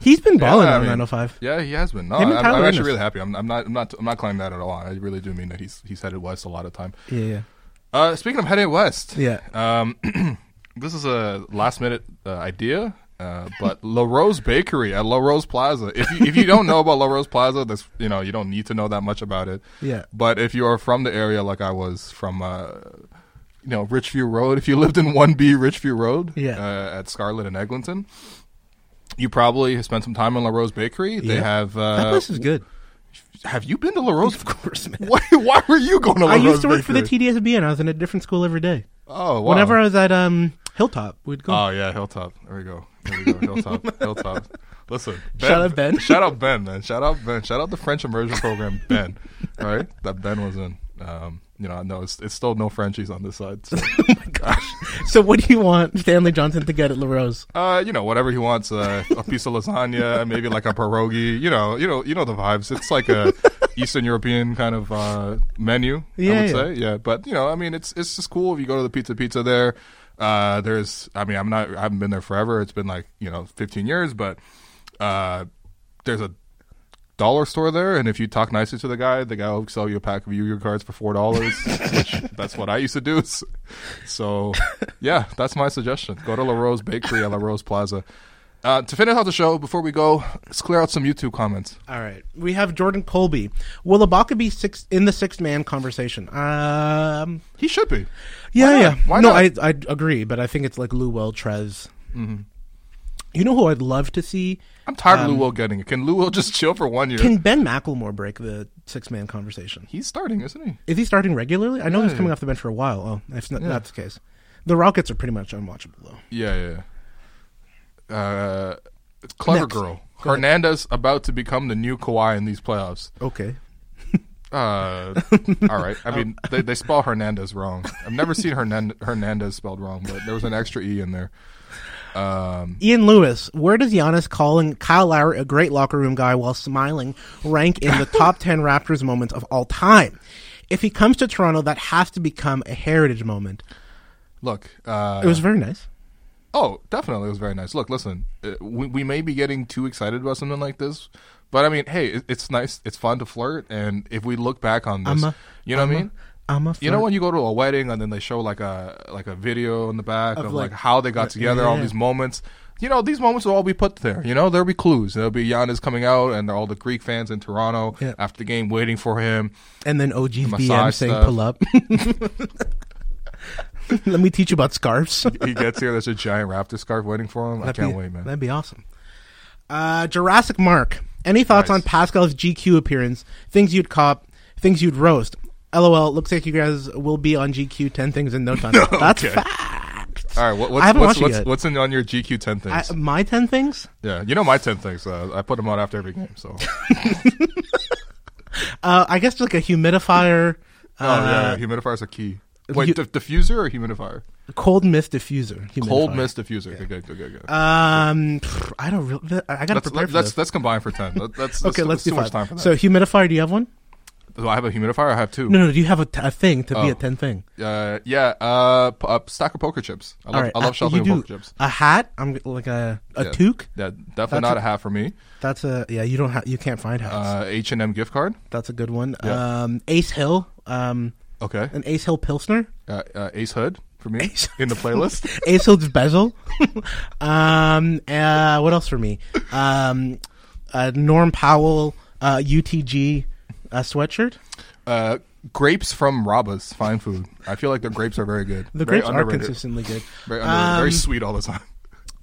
S2: He's been balling
S1: I
S2: on
S1: mean,
S2: 905.
S1: Yeah, he has been. No,
S2: Him
S1: I'm,
S2: and Tyler
S1: I'm actually
S2: Ennis.
S1: really happy. I'm, I'm not. I'm not. I'm not claiming that at all. I really do mean that he's he's headed west a lot of time.
S2: Yeah, yeah.
S1: Uh, speaking of headed west,
S2: Yeah.
S1: Um, this is a last minute uh, idea, uh, but La Rose Bakery at La Rose Plaza. If you, if you don't know about La Rose Plaza, that's you know you don't need to know that much about it.
S2: Yeah.
S1: But if you are from the area, like I was from, uh, you know, Richview Road, if you lived in One B Richview Road,
S2: Yeah.
S1: uh, at Scarlet and Eglinton, you probably spent some time in La Rose Bakery. They
S2: Yeah.
S1: have uh,
S2: that place is good.
S1: Have you been to La Rose?
S2: Of course, man.
S1: Why, why were you going to La
S2: I
S1: Rose
S2: used to work for the
S1: Bakery?
S2: TDSB, and I was in a different school every day.
S1: Oh, wow.
S2: Whenever I was at um, Hilltop, we'd go.
S1: Oh yeah, Hilltop. There we go. There we go. Hilltop. Hilltop. Listen,
S2: Shout out Ben.
S1: Shout out Ben, man. Shout out Ben. Shout out the French immersion program, Ben. All right, that Ben was in. Um, you know, I know it's, it's still no Frenchies on this side. So.
S2: Oh so what do you want Stanley Johnson to get at La Rose?
S1: Uh, you know, whatever he wants, uh, a piece of lasagna, maybe like a pierogi. You know, you know, you know the vibes. It's like a Eastern European kind of uh, menu. I
S2: Yeah,
S1: would
S2: yeah.
S1: say, yeah. But you know, I mean, it's it's just cool if you go to the Pizza Pizza there. Uh, there's, I mean, I'm not, I haven't been there forever. It's been like you know, 15 years, but uh, there's a dollar store there, and if you talk nicely to the guy, the guy will sell you a pack of Yu-Gi-Oh cards for four dollars. which that's what I used to do. So, yeah, that's my suggestion. Go to La Rose Bakery at La Rose Plaza. Uh, to finish off the show, before we go, let's clear out some YouTube comments.
S2: All right, we have Jordan Colby. Will Ibaka be six in the six man conversation? Um,
S1: he should be.
S2: Yeah,
S1: Why not?
S2: yeah.
S1: Why
S2: no,
S1: not?
S2: I I agree, but I think it's like Lou Will Trez.
S1: Mhm.
S2: You know who I'd love to see?
S1: I'm tired of Lou
S2: Um,
S1: Will getting it. Can Lou Will just chill for one year?
S2: Can Ben McElmore break the six man conversation?
S1: He's starting, isn't he?
S2: Is he starting regularly? I know he's
S1: Yeah.
S2: coming off the bench for a while. Oh, that's not,
S1: Yeah.
S2: not the case. The Rockets are pretty much unwatchable though.
S1: Yeah, yeah, yeah. Uh, it's clever
S2: Next.
S1: girl.
S2: Go ahead.
S1: Hernandez about to become the new Kawhi in these playoffs.
S2: Okay.
S1: Uh, all right. I mean, they, they spell Hernandez wrong. I've never seen Hernan- Hernandez spelled wrong, but there was an extra e in there. Um,
S2: Ian Lewis, where does Giannis calling Kyle Lowry a great locker room guy while smiling rank in the top 10 Raptors moments of all time? If he comes to Toronto, that has to become a heritage moment.
S1: look, uh,
S2: it was very nice.
S1: Oh, definitely, it was very nice. Look, listen, uh, we, we may be getting too excited about something like this, but I mean, hey, it, it's nice, it's fun to flirt, and if we look back on this,
S2: I'm a-
S1: you know
S2: I'm
S1: what
S2: a-
S1: I mean?
S2: I'm a
S1: you know
S2: flirt.
S1: when you go to a wedding and then they show like a like a video in the back
S2: Of,
S1: of, like,
S2: like,
S1: how they got
S2: the-
S1: together, all
S2: yeah.
S1: these moments. You know, these moments will all be put there. You know, there'll be clues. There'll be Giannis coming out and all the Greek fans in Toronto
S2: Yeah.
S1: after the game waiting for him.
S2: And then OG's
S1: The
S2: BM
S1: massage
S2: saying
S1: stuff.
S2: pull up. Let me teach you about scarves.
S1: he gets here, there's a giant raptor scarf waiting for him.
S2: That'd
S1: I can't
S2: be-
S1: wait, man.
S2: That'd be awesome. Uh, Jurassic Mark. Any thoughts on Pascal's GQ appearance? Things you'd cop, things you'd roast. LOL. Looks like you guys will be on GQ ten things in no time. That's
S1: Okay.
S2: fact.
S1: All right, what,
S2: I
S1: what's
S2: haven't
S1: what's
S2: watched it
S1: what's,
S2: yet.
S1: what's in on your GQ ten things?
S2: I, um, my ten things.
S1: Yeah, you know my ten things. Uh, I put them out after every game. So, Oh,
S2: Uh, I guess like a humidifier.
S1: oh
S2: uh,
S1: yeah, yeah, humidifiers are key. Wait,
S2: you-
S1: dif- diffuser or humidifier?
S2: Cold mist diffuser.
S1: Cold
S2: humidifier.
S1: mist diffuser. Okay, good, good, good, good.
S2: Um, pff, I don't. Re- I
S1: let's,
S2: gotta prepare
S1: let,
S2: for
S1: let's,
S2: this.
S1: let's combine for ten. Let, that's,
S2: okay,
S1: that's-
S2: let's
S1: that's
S2: do
S1: too
S2: five.
S1: much time for that.
S2: So humidifier. Do you have one?
S1: do I have a humidifier? I have two.
S2: No, no. Do you have a, t- a thing to be
S1: Oh.
S2: a ten thing?
S1: Uh, yeah, uh, p- uh, stack of poker chips. I love,
S2: All right,
S1: I
S2: uh,
S1: love sheltering
S2: you do
S1: poker chips.
S2: A hat? I'm g- like a a
S1: Yeah.
S2: toque.
S1: Yeah,
S2: That's
S1: definitely not a, hat for me.
S2: That's a yeah. You don't have. You can't find hats.
S1: Uh, H and M gift card.
S2: That's a good one.
S1: Yeah.
S2: Um, Ace Hill. Um,
S1: okay.
S2: An Ace Hill Pilsner.
S1: Uh, uh, Ace Hood for me in the playlist.
S2: Ace Hill's bezel. um, uh, what else for me? Um, uh, Norm Powell. Uh, UTG. Uh, sweatshirt.
S1: Uh, grapes from Rabas, fine food. I feel like their grapes are very good.
S2: The
S1: Very
S2: grapes are
S1: underrated.
S2: consistently good.
S1: Very, underrated. very
S2: Um,
S1: sweet all the time.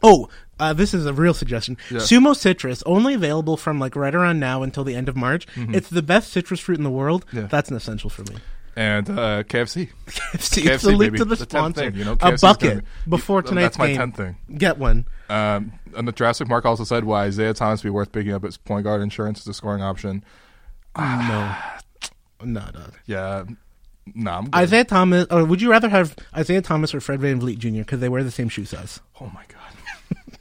S2: Oh, uh, this is a real suggestion.
S1: Yeah.
S2: Sumo citrus, only available from like right around now until the end of March.
S1: Mhm.
S2: It's the best citrus fruit in the world.
S1: Yeah.
S2: That's an essential for me.
S1: And uh, KFC.
S2: KFC, it's the link
S1: baby.
S2: to the,
S1: It's tenth
S2: sponsor.
S1: thing, you know,
S2: a
S1: KFC 's
S2: bucket
S1: gonna be-
S2: before
S1: Th-
S2: tonight's
S1: That's my
S2: game.
S1: 10th thing.
S2: Get one.
S1: Um, and the Jurassic Mark also said why Isaiah Thomas would be worth picking up its point guard insurance as a scoring option. Ah.
S2: no. No, no.
S1: Yeah. Nah, I'm good.
S2: Isaiah Thomas, or would you rather have Isaiah Thomas or Fred Van Vliet Jr. because they wear the same shoe size?
S1: Oh my god.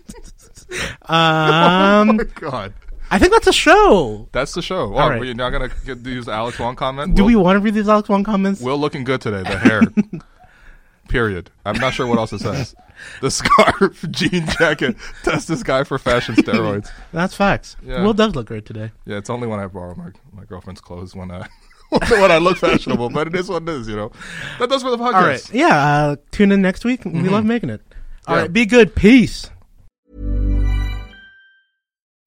S2: Um,
S1: Oh my God.
S2: I think that's a show.
S1: That's the show.
S2: Um, All
S1: Wow,
S2: right.
S1: You're not going to use the Alex Wong comment?
S2: Do
S1: Will-
S2: we want to read these Alex Wong comments?
S1: Will looking good today. The hair. Period. I'm not sure what else it says. The scarf, jean jacket. Test this guy for fashion steroids.
S2: That's facts.
S1: Yeah.
S2: Will does look great today.
S1: Yeah, it's only when I borrow my, my girlfriend's clothes when I when I look fashionable, but it is what it is, you know. That does for the podcast.
S2: All right. Yeah. Uh, tune in next week. We
S1: Mhm.
S2: love making it. All right.
S1: Yeah.
S2: Be good. Peace.